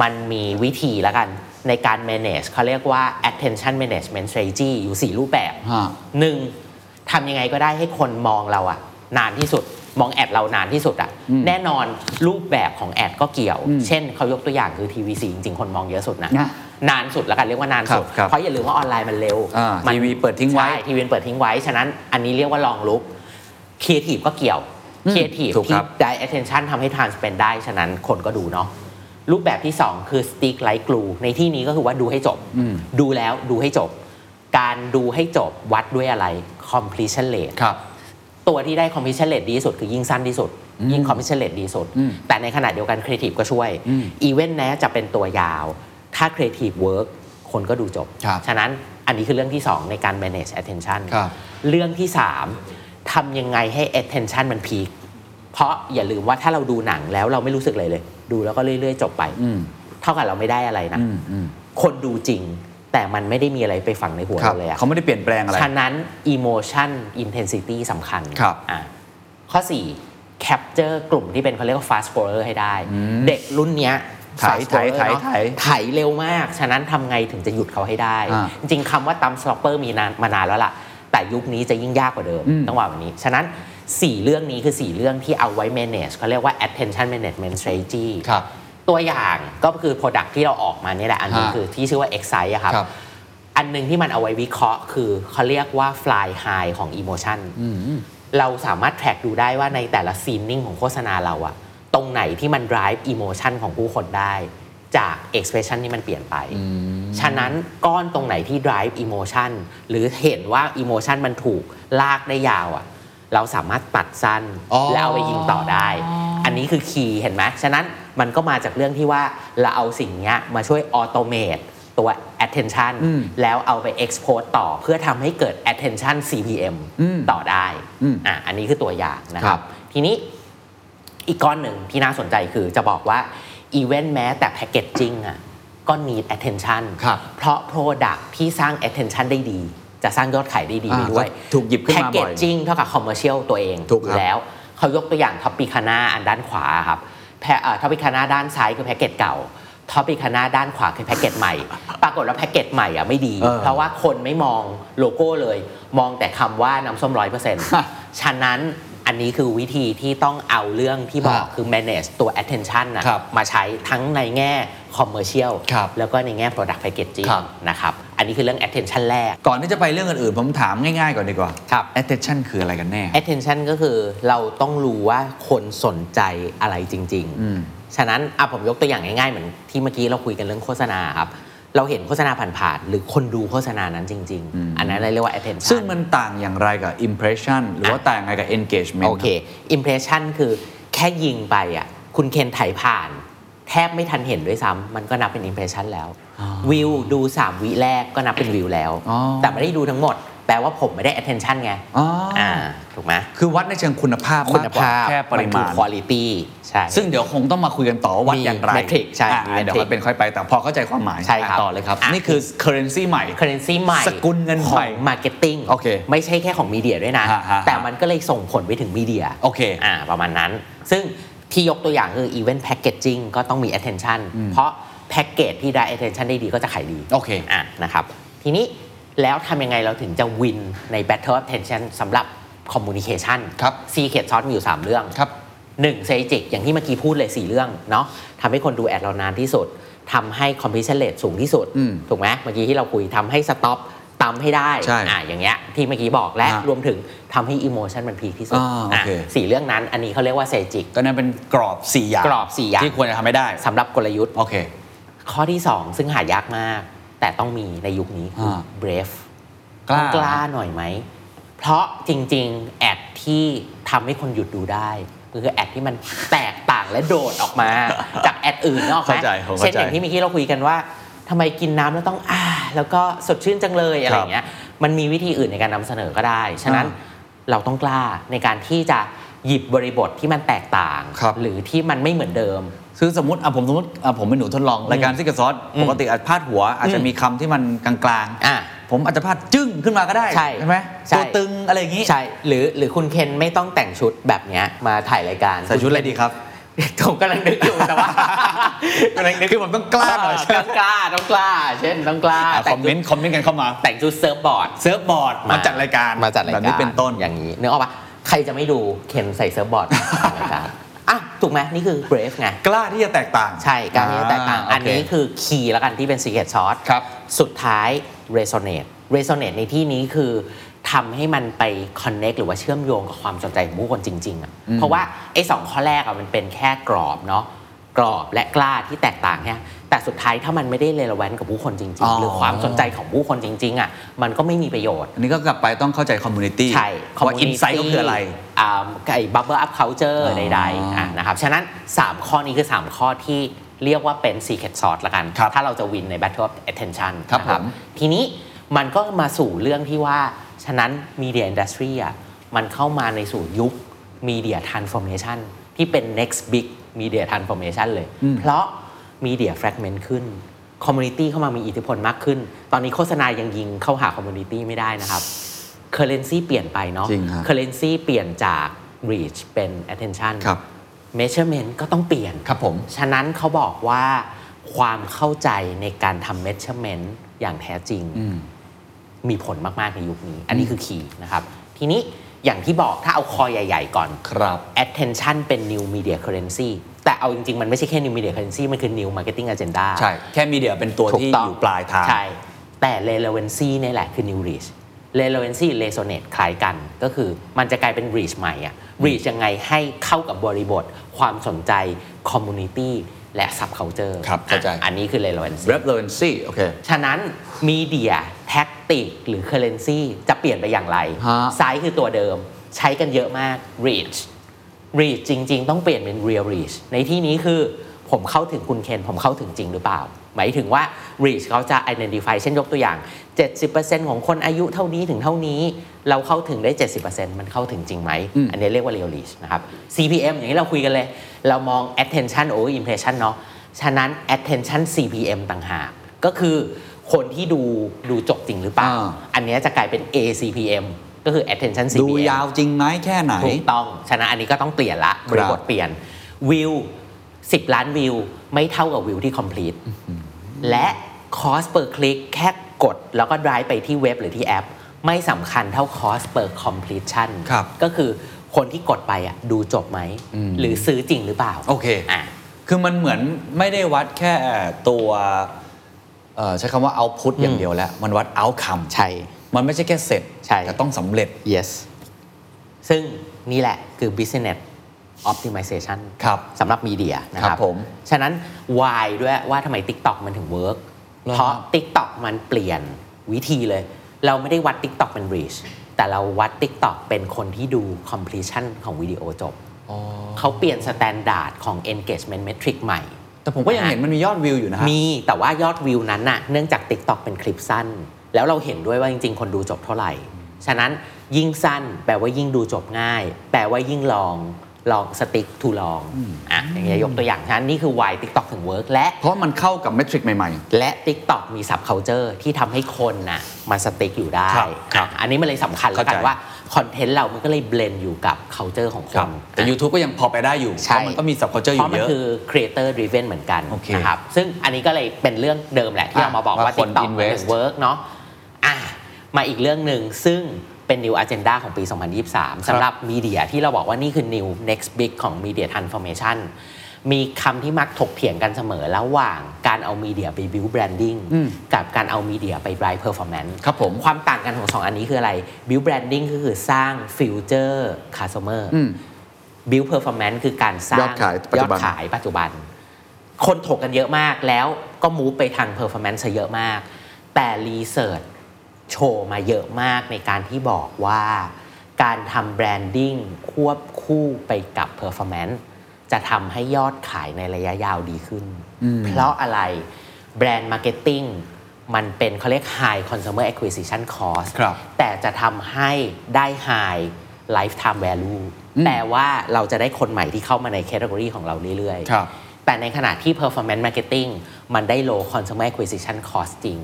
Speaker 1: มันมีวิธีละกันในการ manage เขาเรียกว่า attention management strategy อยู่ 4 รูปแบบ
Speaker 2: ฮะ
Speaker 1: หนึ่งทำยังไงก็ได้ให้คนมองเราอะนานที่สุด มองแอดเรานานที่สุดอะแน่นอนรูปแบบของแอดก็เกี่ยว เช่นเขายกตัวอย่างคือ TVC จริงๆ คนมองเยอะสุดนะ
Speaker 2: นะ
Speaker 1: นานสุดแล้วกันเรียกว่านานสุด
Speaker 2: ครับครับ
Speaker 1: เพราะอย่าลืมว่าออนไลน์มันเร็ว
Speaker 2: อ่า
Speaker 1: มัน
Speaker 2: TV เปิดทิ้งไว้
Speaker 1: ใช่ทีวีเปิดทิ้งไว้ ฉะนั้นอันนี้เรียกว่าลองลุก ครีเอทีฟก็เกี่ยว ครีเอทีฟ
Speaker 2: ถูกค
Speaker 1: ที่
Speaker 2: รับ
Speaker 1: ได้ attention ทำให้ transparent ได้ ฉะนั้นคนก็ดูเนาะ รูปแบบที่ 2 คือ stick like glue ในที่นี้ก็คือว่าดูให้จบ
Speaker 2: อืม
Speaker 1: ดูแล้วดูให้จบ การดูให้จบวัดด้วยอะไร completion rate
Speaker 2: ครับ
Speaker 1: ตัวที่ได้ completion rate ดีที่สุดคือยิ่งสั้นที่สุด ยิ่ง completion rate ดีที่สุด
Speaker 2: อืม
Speaker 1: แต่ในขณะเดียวกัน creative ก็ช่วย
Speaker 2: อืม
Speaker 1: event นะจะเป็นตัวยาว ถ้า creative work คนก็ดูจบ
Speaker 2: ครับ
Speaker 1: ฉะนั้นอันนี้คือเรื่องที่ 2 ในการ manage attention
Speaker 2: ครับ
Speaker 1: เรื่องที่ 3ทำยังไงให้ attention มันพีคเพราะอย่าลืมว่าถ้าเราดูหนังแล้วเราไม่รู้สึกเลยเลย ดูแล้วก็เรื่อย ๆ จบไป
Speaker 2: อืม
Speaker 1: เท่ากับเราไม่ได้อะไรนะ
Speaker 2: อืมอืม
Speaker 1: คนดูจริง แต่มันไม่ได้มีอะไรไปฝังในหัว
Speaker 2: ครับ
Speaker 1: เราเลยอะ
Speaker 2: เขาไม่ได้เปลี่ยนแปลงอะไร
Speaker 1: ฉะนั้น emotion intensity สำคัญ
Speaker 2: ครับ
Speaker 1: อ่ะข้อ 4 capture กลุ่มที่เป็นเขาเรียกว่า fast follower ให้ได้ เด็กรุ่นเนี้ย
Speaker 2: ไถ
Speaker 1: fast
Speaker 2: ไถ
Speaker 1: follower
Speaker 2: ไถ
Speaker 1: เนอะ
Speaker 2: ไถ
Speaker 1: ไถเร็วมาก ฉะนั้นทำไงถึงจะหยุดเขาให้ได้
Speaker 2: อ่า
Speaker 1: จริงๆคำว่าตัมสต็อปเปอร์มีนานมานานแล้วล่ะ แต่ยุคนี้จะยิ่งยากกว่าเดิม
Speaker 2: อืม
Speaker 1: ต้องว่าแบบนี้ ฉะนั้น 4 เรื่องนี้คือ 4 เรื่องที่เอาไว้ manage เขาเรียกว่า attention management strategy
Speaker 2: ครับ
Speaker 1: ตัวอย่างก็คือ product ที่เราออกมาเนี่ยแหละ อันหนึง
Speaker 2: ฮะ
Speaker 1: คือที่ชื่อว่า excite อะครับ
Speaker 2: ครับ
Speaker 1: อันหนึงที่มันเอาไว้วิเคราะห์คือเขาเรียกว่า fly high ของ emotion เราสามารถแทร็กดูได้ว่าในแต่ละซีนนิ่งของโฆษณาเราอะตรงไหนที่มัน drive emotion ของผู้คนได้ จาก expression ที่มันเปลี่ยนไป ฉะนั้นก้อนตรงไหนที่ drive emotion หรือเห็นว่า emotion มันถูกลากได้ยาวอะเราสามารถตัดสั้น
Speaker 2: อ๋อ
Speaker 1: แล้วเอาไปยิงต่อได้ อันนี้คือคีย์เห็นไหมฉะนั้นมันก็มาจากเรื่องที่ว่าเราเอาสิ่งเนี้ยมาช่วย automate ตัว attention
Speaker 2: อืม
Speaker 1: แล้วเอาไป export ต่อเพื่อทำให้เกิด attention CPM
Speaker 2: อืม
Speaker 1: ต่อได้
Speaker 2: อืม
Speaker 1: อ่ะอันนี้คือตัวอย่างนะค
Speaker 2: ครั
Speaker 1: รับ
Speaker 2: บ
Speaker 1: ทีนี้อีกก้อนหนึ่งที่น่าสนใจคือจะบอกว่า event แม้แต่ packaging อ่ะก็ need attention
Speaker 2: ครับ
Speaker 1: เพราะ product ที่สร้าง attention ได้ดี จะสร้างยอดขายได้ดีไป
Speaker 2: อ่า
Speaker 1: ด้วย
Speaker 2: ก็ถูกหยิบขึ้นมาบ่อย
Speaker 1: packaging จริงเท่ากับคอมเมอร์เชียลตัวเอง
Speaker 2: ถูกค
Speaker 1: อ
Speaker 2: รับ
Speaker 1: ยู่แล้วเขายกตัวอย่างท็อปปิคาน่าอันด้านขวาครับแพท็อปปิคาน่าด้านซ้ายคือแพ็กเกจเก่าท็อปปิคาน่าด้านขวาคือแพ็กเกจใหม่ ปรากฏว่าแพ็กเกจใหม่อ่ะไม่ดี
Speaker 2: เออ
Speaker 1: เพราะว่าคนไม่มองโลโก้เลย มองแต่คำว่าน้ำส้มร้อยเปอร์เซ็นต์
Speaker 2: ฮะ
Speaker 1: ฉะนั้นอันนี้คือวิธีที่ต้องเอาเรื่องที่บอก
Speaker 2: ฮะ
Speaker 1: คือ manage ตัว attention นะครับ มาใช้ทั้งในแง่ commercial
Speaker 2: ครับ
Speaker 1: แล้วก็ในแง่ product packaging
Speaker 2: ครับ
Speaker 1: นะครับอันนี้คือเรื่อง attention แรก
Speaker 2: ก่อนที่จะไปเรื่องอื่นๆ ผมถามง่ายๆ ก่อนดีกว่า
Speaker 1: ครับ
Speaker 2: attention คืออะไรกันแน่
Speaker 1: attention ก็คือเราต้องรู้ว่าคนสนใจอะไรจริง
Speaker 2: อืม
Speaker 1: ๆ ฉะนั้นอ่ะผมยกตัวอย่างง่ายๆ เหมือนที่เมื่อกี้เราคุยกันเรื่องโฆษณาครับ เราเห็นโฆษณาผ่านๆ หรือคนดูโฆษณานั้นจริง
Speaker 2: อืม
Speaker 1: ๆ อันนั้นเราเรียกว่า attention
Speaker 2: ซึ่งมันต่างอย่างไรกับ impression หรือว่าต่างอย่างไรกับ engagement
Speaker 1: โอเค impression คือแค่ยิงไปอ่ะคุณเคนไถผ่าน แทบไม่ทันเห็นด้วยซ้ำมันก็นับเป็น impression แล้ววิวดู 3 วิแรกก็นับเป็นวิวแล้ว
Speaker 2: อ๋อ
Speaker 1: แต่ไม่ได้ดูทั้งหมด แปลว่าผมไม่ได้ attention ไง
Speaker 2: อ๋ออ
Speaker 1: อ่าถูกไหม
Speaker 2: คือวัดในเชิงคุณภาพ
Speaker 1: คุณ
Speaker 2: มกกว่
Speaker 1: ภาพ
Speaker 2: แค่ปริ
Speaker 1: คื
Speaker 2: มา
Speaker 1: อ
Speaker 2: ณ
Speaker 1: quality ใช่
Speaker 2: ซึ่งเดี๋ยวคงต้องมาคุยกันต่อว่าวัด
Speaker 1: มี
Speaker 2: อย่างไร
Speaker 1: metric ใช่
Speaker 2: อ่ะ
Speaker 1: มี
Speaker 2: เดี๋ยวค่อย
Speaker 1: metric
Speaker 2: เป็นค่อยไปแต่พอเข้าใจความหมาย
Speaker 1: ใช่ครับ
Speaker 2: อ่ะต่อเลยครับ
Speaker 1: อ่ะ
Speaker 2: นี่คือ currency ใหม่
Speaker 1: currency ใหม่
Speaker 2: สกุลเงิน
Speaker 1: ข
Speaker 2: ให
Speaker 1: อ
Speaker 2: ม่
Speaker 1: ง marketing
Speaker 2: โอเค
Speaker 1: ไม่ใช่แค่ของมีเดียด้วยนะ
Speaker 2: ฮะฮะฮะ
Speaker 1: แต่มันก็เลยส่งผลไปถึงมีเดีย
Speaker 2: โอเค
Speaker 1: อ่าประมาณนั้น ซึ่งที่ยกตัวอย่างคือ event packaging ก็ต้องมี attention เพราะแพ็กเกจที่ได้ attention ได้ดีก็จะขายดี
Speaker 2: โอเค
Speaker 1: อ่ะนะครับ ทีนี้แล้วทำยังไงเราถึงจะ win ใน battle of attention สำหรับ communication
Speaker 2: ครับ
Speaker 1: secret sauce มีอยู่ 3 เรื่อง
Speaker 2: ครับ
Speaker 1: หนึ่งเซจิกอย่างที่เมื่อกี้พูดเลย 4 เรื่องเนาะทำให้คนดูแอดเรานานที่สุดทำให้คอมพิชเชลเลตสูงที่สุด
Speaker 2: อืม
Speaker 1: ถูกไหมเมื่อกี้ที่เราคุยทำให้สต็อป ตำให้ได้
Speaker 2: ใช่
Speaker 1: อ่ะอย่างเงี้ยที่เมื่อกี้บอกและ
Speaker 2: ฮะ
Speaker 1: รวมถึงทำให้อิโมชันมันพีคที่สุด
Speaker 2: อ่าโอเค
Speaker 1: อ่ะสี่เรื่องนั้นอันนี้เขาเรียกว่าเซจิก
Speaker 2: ก็นั่นเป็นกรอบ 4 อย่าง
Speaker 1: กรอบสี่อย่าง
Speaker 2: ที่ควรจะทำให้ได้
Speaker 1: สำหรับกลยุทธ์
Speaker 2: โอเค
Speaker 1: ข้อที่ 2 ซึ่งหายากมาก แต่ต้องมีในยุคนี้คือ
Speaker 2: อ่า
Speaker 1: brave
Speaker 2: กล้า
Speaker 1: ล้าหน่อยไหม เพราะจริง ๆ แอดที่ทำให้คนหยุดดูได้คือแอดที่มันแตกต่างและโดดออกมา จากแอดอื่นนกออกไหม
Speaker 2: เข้าใจผมเข้า
Speaker 1: เช่
Speaker 2: ใจ
Speaker 1: นอย่างที่เมื่อกี้เราคุยกันว่าทำไมกินน้ำแล้วต้องอ่า แล้วก็สดชื่นจังเลยอะไรอย่างเงี้ยมันมีวิธีอื่นในการนำเสนอก็ได้ ฉะนั้น
Speaker 2: อ่
Speaker 1: เราต้องกล้าในการที่จะหยิบบริบทที่มันแตกต่าง
Speaker 2: ครับ
Speaker 1: หรือที่มันไม่เหมือนเดิม
Speaker 2: คือสมมติอ่ะผมสมมติอ่ะผมเป็นหนูทดลองรายการซิกเกอร์ซอสปกติอาจพาดหัว อาจจะมีคำที่มันกลาง
Speaker 1: อ่ะ
Speaker 2: ๆผมอาจจะพาดจึ้งขึ้นมาก็ได้
Speaker 1: ใช่
Speaker 2: ไหม
Speaker 1: ใช่
Speaker 2: ตัวตึงอะไรอย่างงี้
Speaker 1: ใช่หรือหรือคุณเคนไม่ต้องแต่งชุดแบบเนี้ยมาถ่ายรายการ
Speaker 2: ใส่ชุดอะไรดีครับ
Speaker 1: ผมกำลังนึกอยู่แต่ว่า
Speaker 2: กำลังนึกคือผมต้องกล้าหน่อย
Speaker 1: เต้องกล้าต้องกล้า เช่นต้องกล้า
Speaker 2: อ่ะค
Speaker 1: แต่
Speaker 2: อง ม
Speaker 1: ชุ
Speaker 2: เมน
Speaker 1: ด
Speaker 2: ต์คอมเมนต์กันเข้ามา
Speaker 1: แต่งชุดเซิร์ฟบอร์ด
Speaker 2: เซิร์ฟบอร์ดมาจัดรายการ
Speaker 1: มาจัดรายการ
Speaker 2: แบบนี้เป็นต้น
Speaker 1: อย่างนี้นึกออกปะใครจะไม่ดูเคนใส่เซิร์ฟบอร์ดมาจัดรายการอ่ะถูกไหมนี่คือ brave ไง
Speaker 2: กล้าที่จะแตกต่าง
Speaker 1: ใช่การที่จะแตกต่าง
Speaker 2: า
Speaker 1: อันนี้
Speaker 2: โเค
Speaker 1: คือคีย์แล้วกันที่เป็น secret sauce
Speaker 2: ครับ
Speaker 1: สุดท้าย resonate resonate ในที่นี้คือทำให้มันไป connect หรือว่าเชื่อมโยงกับความสนใจของผู้คนจริงๆอะเพราะว่าไอ้สองข้อแรกอะมันเป็นแค่กรอบเนาะกรอบและกล้าที่แตกต่างเนี่ยแต่สุดท้ายถ้ามันไม่ได้เรล a n นกับผู้คนจริ
Speaker 2: อ๋
Speaker 1: ง
Speaker 2: อ
Speaker 1: ๆ หรือความสนใจของผู้คนจริงๆอะมันก็ไม่มีประโยชน์
Speaker 2: อันนี้ก็กลับไปต้องเข้าใจคอมมูนิตี้
Speaker 1: ใช่
Speaker 2: ว่าอินไซต์ก็คืออะไร
Speaker 1: อ่าไอ้บับเบิลอัพเคาน์เตอร์
Speaker 2: อ๋อ
Speaker 1: ใดๆอ่ะนะครับ ฉะนั้น 3 ข้อนี้คือ 3 ข้อที่เรียกว่าเป็น secret sauce ละกัน
Speaker 2: ครับ
Speaker 1: ถ้าเราจะวินใน battle of attention
Speaker 2: ครับ
Speaker 1: นะ
Speaker 2: ผม
Speaker 1: ทีนี้มันก็มาสู่เรื่องที่ว่า ฉะนั้น media industry อ่ะมันเข้ามาในสู่ยุค media transformation ที่เป็น next big media transformation เลย เพราะ media fragment ขึ้น community เข้ามามีอิทธิพลมากขึ้น ตอนนี้โฆษณายังยิงเข้าหา community ไม่ได้นะครับ currency เปลี่ยนไปเนาะ
Speaker 2: จริงครับ
Speaker 1: currency เปลี่ยนจาก reach เป็น attention
Speaker 2: ครับ
Speaker 1: measurement ก็ต้องเปลี่ยน
Speaker 2: ครับผม
Speaker 1: ฉะนั้นเขาบอกว่าความเข้าใจในการทำ measurement อย่างแท้จริง มีผลมาก ๆ ในยุคนี้ อันนี้คือคีย์นะครับ ทีนี้อย่างที่บอกถ้าเอาคอใหญ่ ๆ ก่อน
Speaker 2: ครับ
Speaker 1: attention เป็น new media currency แต่เอาจริง ๆ มันไม่ใช่แค่ new media currency มันคือ new marketing agenda
Speaker 2: ใช่ แค่มีเดียเป็นตัว
Speaker 1: ถูก
Speaker 2: ที่
Speaker 1: ต้อง
Speaker 2: อยู่ปลายทาง
Speaker 1: ใช่ แต่ relevancy เนี่ยแหละคือ new reach relevancy resonate คล้ายกันก็คือมันจะกลายเป็น reach ใหม่อะ reach ยังไงให้เข้ากับบริบท ความสนใจ community และ subculture
Speaker 2: ครับเข้าใจ
Speaker 1: อ่ะอันนี้คือ relevancy
Speaker 2: relevancy โอเค
Speaker 1: ฉะนั้น media tactic หรือ currency จะเปลี่ยนไปอย่างไร
Speaker 2: ฮะ
Speaker 1: ซ้ายคือตัวเดิม ใช้กันเยอะมาก reach reach จริง ๆ ต้องเปลี่ยนเป็น real reach ในที่นี้คือผมเข้าถึงคุณเคน ผมเข้าถึงจริงหรือเปล่า หมายถึงว่า reach เขาจะ identify เช่นยกตัวอย่าง 70%ของคนอายุเท่านี้ถึงเท่านี้ เราเข้าถึงได้ 70%มันเข้าถึงจริงไหม อันนี้เรียกว่า real reach นะครับ CPM อย่างที่เราคุยกันเลย เรามอง attention over impression เนาะ ฉะนั้น attention CPM ต่างหาก ก็คือคนที่ดูดูจบจริงหรือเปล่า
Speaker 2: อ่า
Speaker 1: อันเนี้ยจะกลายเป็น ACPM ก็คือ attention CPM
Speaker 2: ดูยาวจริงไหมแค่ไหน
Speaker 1: ถูกต้อง ฉะนั้นอันนี้ก็ต้องเปลี่ยนละบ
Speaker 2: ครับ
Speaker 1: ริบทเปลี่ยนวิว 10 ล้านวิว ไม่เท่ากับวิวที่ complete และคอส per click แค่กดแล้วก็ drive ไปที่เว็บหรือที่แอป ไม่สำคัญเท่าคอส per completion
Speaker 2: ครับ
Speaker 1: ก็คือคนที่กดไปอ่ะดูจบไหม หรือซื้อจริงหรือเปล่า
Speaker 2: โอเค
Speaker 1: อ่ะ
Speaker 2: คือมันเหมือนไม่ได้วัดแค่ตัวเอ่อใช้คำว่า output อย่างเดียวแล้ว มันวัด outcome
Speaker 1: ใช่
Speaker 2: มันไม่ใช่แค่เสร็จ
Speaker 1: ใช่
Speaker 2: แต่ต้องสำเร็จ
Speaker 1: yes ซึ่งนี่แหละคือ business optimization
Speaker 2: ครับ
Speaker 1: สำหรับมีเดียนะค
Speaker 2: ครั
Speaker 1: รับบ
Speaker 2: ผม
Speaker 1: ฉะนั้นวายด้วยว่าทำไม TikTok มันถึงเวิร์ก
Speaker 2: หรอ
Speaker 1: เพราะ TikTok มันเปลี่ยนวิธีเลย เราไม่ได้วัด TikTok เป็น reach แต่เราวัด TikTok เป็นคนที่ดู completion ของวิดีโอจบ เขาเปลี่ยน standard ของ engagement metric ใหม่
Speaker 2: แต่ผมก็ยังเห็นมันมียอดวิวอยู่นะฮะ
Speaker 1: มีแต่ว่ายอดวิวนั้นน่ะเนื่องจาก TikTok เป็นคลิปสั้น แล้วเราเห็นด้วยว่าจริง ๆ คนดูจบเท่าไหร่ ฉะนั้นยิ่งสั้น แปลว่ายิ่งดูจบง่าย แปลว่ายิ่งลองลองสติ๊กทูลองอ่ะอย่างเงี้ยยกตัวอย่างฉะนั้นนี่คือ why TikTok ถึง work และ
Speaker 2: เพราะมันเข้ากับเมทริกใหม่
Speaker 1: และ TikTok มี subculture ที่ทำให้คนน่ะมันสติ๊กอยู่ได้
Speaker 2: ครับครับ
Speaker 1: อ่ะอันนี้มันเลยสำคัญแล้วกัน
Speaker 2: เข้าใจ
Speaker 1: ว่าคอนเทนต์เรามันก็เลยเบลนอยู่กับ culture ของค
Speaker 2: ๆ
Speaker 1: น
Speaker 2: แต่
Speaker 1: อ่ะ
Speaker 2: YouTube ก็ยังพอไปได้อยู่ เพ
Speaker 1: ใช่
Speaker 2: ราะมันก็มี subculture อยู่เย
Speaker 1: เพราะ
Speaker 2: อะ
Speaker 1: มันคือ creator driven เหมือนกัน
Speaker 2: โอเค
Speaker 1: นะครับ ซึ่งอันนี้ก็เลยเป็นเรื่องเดิมแหละที่
Speaker 2: อ่ะ
Speaker 1: เรามาบอกว่า
Speaker 2: ว่าคน
Speaker 1: TikTok มัน
Speaker 2: invest
Speaker 1: ถึง work เนาะอ่ะมาอีกเรื่องหนึ่งซึ่งเป็น new agenda ของปี 2023สำหรับมีเดียที่เราบอกว่านี่คือ new next big ของ media transformation มีคำที่มักถกเถียงกันเสมอระหว่างการเอามีเดียไปบิวแบรนดิ้ง
Speaker 2: อืม
Speaker 1: กับการเอามีเดียไปไบรท์เพอร์ฟอร์แมนซ์
Speaker 2: ครับผม
Speaker 1: ความต่างกันของสองอันนี้คืออะไรบิวแบรนดิ้งก็คือสร้างฟิวเจอร์คาสเมอร์
Speaker 2: อืม
Speaker 1: บิวเพอร์ฟอร์แมนซ์คือการสร้าง
Speaker 2: ยอดขายปัจจุบั
Speaker 1: ย
Speaker 2: น
Speaker 1: อดขายปัจจุบัน คนถกกันเยอะมากแล้วก็มูฟไปทางเพอร์ฟอร์แมนซ์เยอะมาก แต่รีเสิร์ชโชว์มาเยอะมากในการที่บอกว่าการทำแบรนดิ้งควบคู่ไปกับเพอร์ฟอร์แมนซ์จะทำให้ยอดขายในระยะยาวดีขึ้น เพราะอะไรแบรนด์มาร์เก็ตติ้งมันเป็นเขาเรียก High Consumer Acquisition Cost
Speaker 2: ครับ
Speaker 1: แต่จะทำให้ได้ High Lifetime Value แปลว่าเราจะได้คนใหม่ที่เข้ามาในแคตตากรีของเราเรื่อยๆ
Speaker 2: ครับ
Speaker 1: แต่ในขณะที่ performance marketing มันได้ low consumer acquisition cost จริง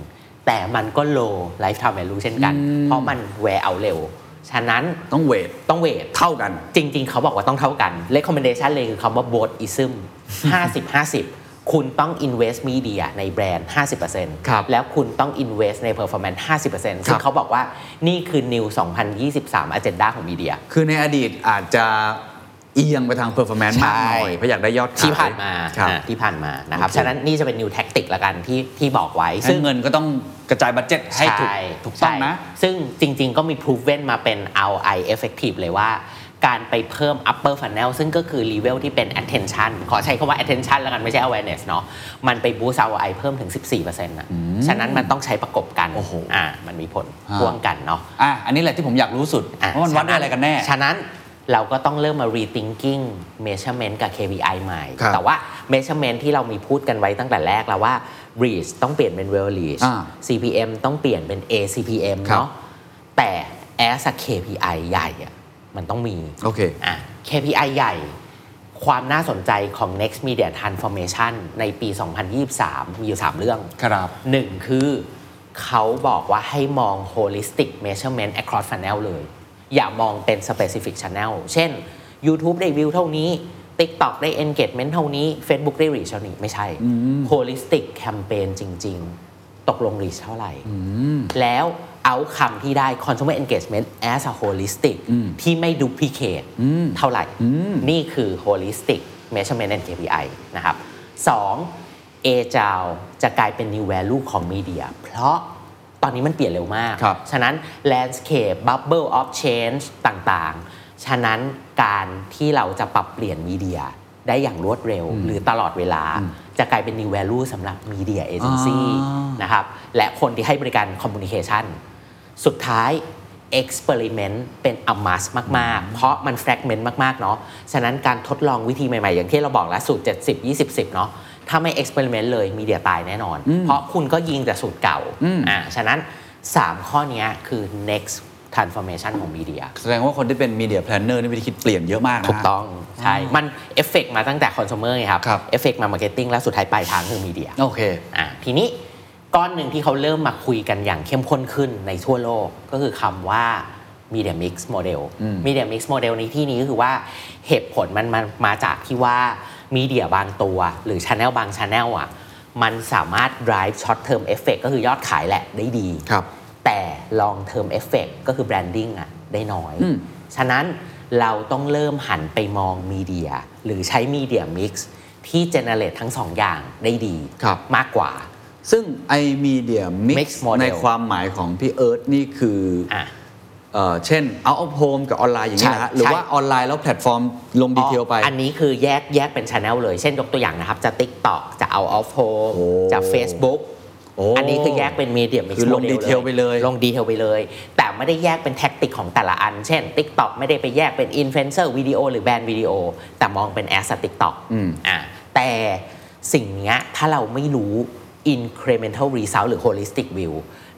Speaker 1: แต่มันก็ low lifetime value เช่นกัน เพราะมัน wear out เร็ว ฉะนั้น
Speaker 2: ต้องเวท
Speaker 1: ต้องเวท
Speaker 2: เท่ากัน
Speaker 1: จริง ๆ เขาบอกว่าต้องเท่ากัน recommendation เลยคือคำว่า both ism 50 50 คุณต้อง invest media ในแบรนด์
Speaker 2: ครับ
Speaker 1: 50%แล้วคุณต้อง invest ใน performance 50%ซึ่
Speaker 2: ครั
Speaker 1: ง
Speaker 2: บ
Speaker 1: เขาบอกว่านี่คือ new 2023 agenda ของ media
Speaker 2: คือในอดีตอาจจะเอียงไปทางเพอร์ฟอร์แมนซ์มากหน่อย
Speaker 1: ใช่
Speaker 2: เพราะอยากได้ยอดขาย
Speaker 1: ที่ผ่านมา
Speaker 2: ครับ
Speaker 1: อ่าที่ผ่านมานะครับ
Speaker 2: โอเค
Speaker 1: ฉะนั้นนี่จะเป็น new tactic ละกันที่ที่บอกไว้
Speaker 2: ซึ่งเงินก็ต้องกระจายบัตเจ็ตให้ถูก
Speaker 1: ช่
Speaker 2: ถูกต้อง
Speaker 1: ใช่
Speaker 2: นะ
Speaker 1: ซึ่งจริงๆ ก็มี proven มาเป็น ROI effective เลยว่า การไปเพิ่ม upper funnel ซึ่งก็คือ level ที่เป็น attention ขอใช้คำว่า attention แล้วกันไม่ใช่ awareness เนาะ มันไป boost ROI เพิ่มถึง 14%นะฉะนั้นมันต้องใช้ประกบกัน
Speaker 2: โอ้โห
Speaker 1: อ่ามันมีผลพ่วงกันเนาะ
Speaker 2: อ่ะอันนี้แหละที่ผมอยากรู้สุด
Speaker 1: อ่ะ
Speaker 2: ว่ามันวัดด้วยอะไรกันแน่
Speaker 1: ฉะนั้นเราก็ต้องเริ่มมา rethinking measurement กับ KPI ใหม่
Speaker 2: ครับ
Speaker 1: แต่ว่า measurement ที่เรามีพูดกันไว้ตั้งแต่แรกแล้วว่า reach ต้องเปลี่ยนเป็น well reach
Speaker 2: อ่า
Speaker 1: CPM ต้องเปลี่ยนเป็น ACPM
Speaker 2: ครับ
Speaker 1: เนาะ แต่ as a KPI ใหญ่อะมันต้องมี
Speaker 2: โอเค
Speaker 1: อ่ะ KPI ใหญ่ ความน่าสนใจของ next media transformation ในปี 2023 มีอยู่ 3 เรื่อง
Speaker 2: ครับ
Speaker 1: หนึ่งคือเขาบอกว่าให้มอง holistic measurement across funnel เลย อย่ามองเป็น specific channel เช่น YouTube ได้วิวเท่านี้ TikTok ได้ engagement เท่านี้ Facebook ได้ reach เท่านี้ไม่ใช่ holistic campaign จริง ๆ ตกลง reach เท่าไหร่ แล้ว outcome ที่ได้ consumer engagement as a holistic ที่ไม่ duplicate เท่าไหร่ นี่คือ holistic measurement and KPI นะครับสอง เอจาวจะกลายเป็น new value ของมีเดีย เพราะตอนนี้มันเปลี่ยนเร็วมาก
Speaker 2: ครับ
Speaker 1: ฉะนั้น landscape bubble of change ต่างๆ ฉะนั้นการที่เราจะปรับเปลี่ยนมีเดียได้อย่างรวดเร็ว หรือตลอดเวลาจะกลายเป็น new value สำหรับมีเดียเอเจนซี่นะครับ และคนที่ให้บริการ communication สุดท้าย experiment เป็น a m a s มาก ๆ เพราะมัน fragment มาก ๆ เนาะ ฉะนั้นการทดลองวิธีใหม่ ๆ อย่างที่เราบอกแล้ว สูตร 70 20 10 เนาะ ถ้าไม่ experiment เลยมีเดียตายแน่นอน เพราะคุณก็ยิงแต่สูตรเก่า อ่า ฉะนั้น 3 ข้อเนี้ยคือ next transformation ของมีเดีย
Speaker 2: แสดงว่าคนที่เป็นมีเดียแพลนเนอร์นี่วิธีคิดเปลี่ยนเยอะมากนะ
Speaker 1: ถูกต้อง ใช่ มันเอฟเฟกมาตั้งแต่คอน sumer ไงครับ
Speaker 2: ครับ
Speaker 1: เอฟเฟกมา marketing แล้วสุดท้ายปลายทางคือมีเดีย
Speaker 2: โอเค
Speaker 1: อ่ะทีนี้ก้อนหนึ่งที่เขาเริ่มมาคุยกันอย่างเข้มข้นขึ้นในทั่วโลกก็คือคำว่า Media Mix Model Media Mix Model ในที่นี้ก็คือว่าเหตุผลมันมันมาจากที่ว่ามีเดียบางตัว หรือ Channel บาง Channel อ่ะมันสามารถ drive short term effect ก็คือยอดขายแหละได้ดี
Speaker 2: ครับ
Speaker 1: แต่ long term effect ก็คือ branding อ่ะได้น้อย
Speaker 2: อืม
Speaker 1: ฉะนั้นเราต้องเริ่มหันไปมองมีเดีย หรือใช้มีเดียมิกซ์ที่เจเนเรตทั้งสองอย่างได้ดี
Speaker 2: ครับ
Speaker 1: มากกว่า
Speaker 2: ซึ่งไอมีเดียมิ
Speaker 1: Mix
Speaker 2: กซ์
Speaker 1: model
Speaker 2: ในความหมายของพี่เอิร์ธนี่คืออ
Speaker 1: อ่ะ
Speaker 2: เอ่อเช่นเอาออฟโฮมกับออนไลน์อย่างนี้นะฮะ
Speaker 1: ใช่
Speaker 2: หรือ
Speaker 1: ใช่
Speaker 2: ว่าออนไลน์แล้วแพลตฟอร์มลงดีเทลไป
Speaker 1: อันนี้คือแยกแยกเป็นช n e l เลย เช่นยกตัวอย่างนะครับ จะ TikTok จะเอา Off Home
Speaker 2: โอ้
Speaker 1: จะ Facebook
Speaker 2: โอ้
Speaker 1: อันนี้คือแยกเป็นมีเดียมิก
Speaker 2: คือ
Speaker 1: ซ์
Speaker 2: ลงดีเทลไปเลย
Speaker 1: ลงดีเทลไปเลย แต่ไม่ได้แยกเป็นแท็กติกของแต่ละอัน เช่น TikTok ไม่ได้ไปแยกเป็นอินฟลูเอนเซอร์วิดีโอหรือแบรนด์วิดีโอ แต่มองเป็นแอสติกต็อกอ่ะแต่สิ่งเนี้ยถ้าเราไม่รู้ incremental result หรือ holistic view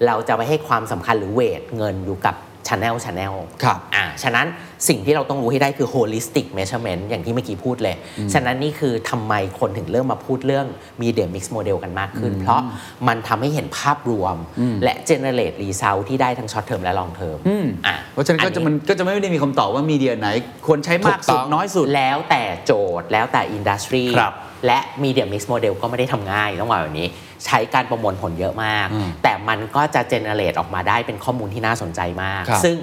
Speaker 1: เราจะไปให้ความสำคัญหรือเวทเงินอยู่กับ channel channel
Speaker 2: ครับ
Speaker 1: อ่าฉะนั้นสิ่งที่เราต้องรู้ให้ได้คือ holistic measurement อย่างที่เมื่อกี้พูดเลย ฉะนั้นนี่คือทำไมคนถึงเริ่มมาพูดเรื่อง media mix model กันมากขึ้น เพราะมันทำให้เห็นภาพรวม และ generate result ที่ได้ทั้ง short term และ long term อ่า
Speaker 2: เพราะฉะนั้นก็จะมันก็จะไม่ได้มีคำตอบว่ามีเดียไหน ควรใช้
Speaker 1: ถู
Speaker 2: มากสุด
Speaker 1: ต้ง
Speaker 2: น้อยสุด
Speaker 1: แล้วแต่โจทย์แล้วแต่ industry
Speaker 2: ครับ
Speaker 1: และ media mix model ก็ไม่ได้ทำง่ายต้องว่าแบบนี้ ใช้การประมวลผลเยอะมาก แต่มันก็จะ generate ออกมาได้เป็นข้อมูลที่น่าสนใจมาก
Speaker 2: ครับ
Speaker 1: ซึ่ง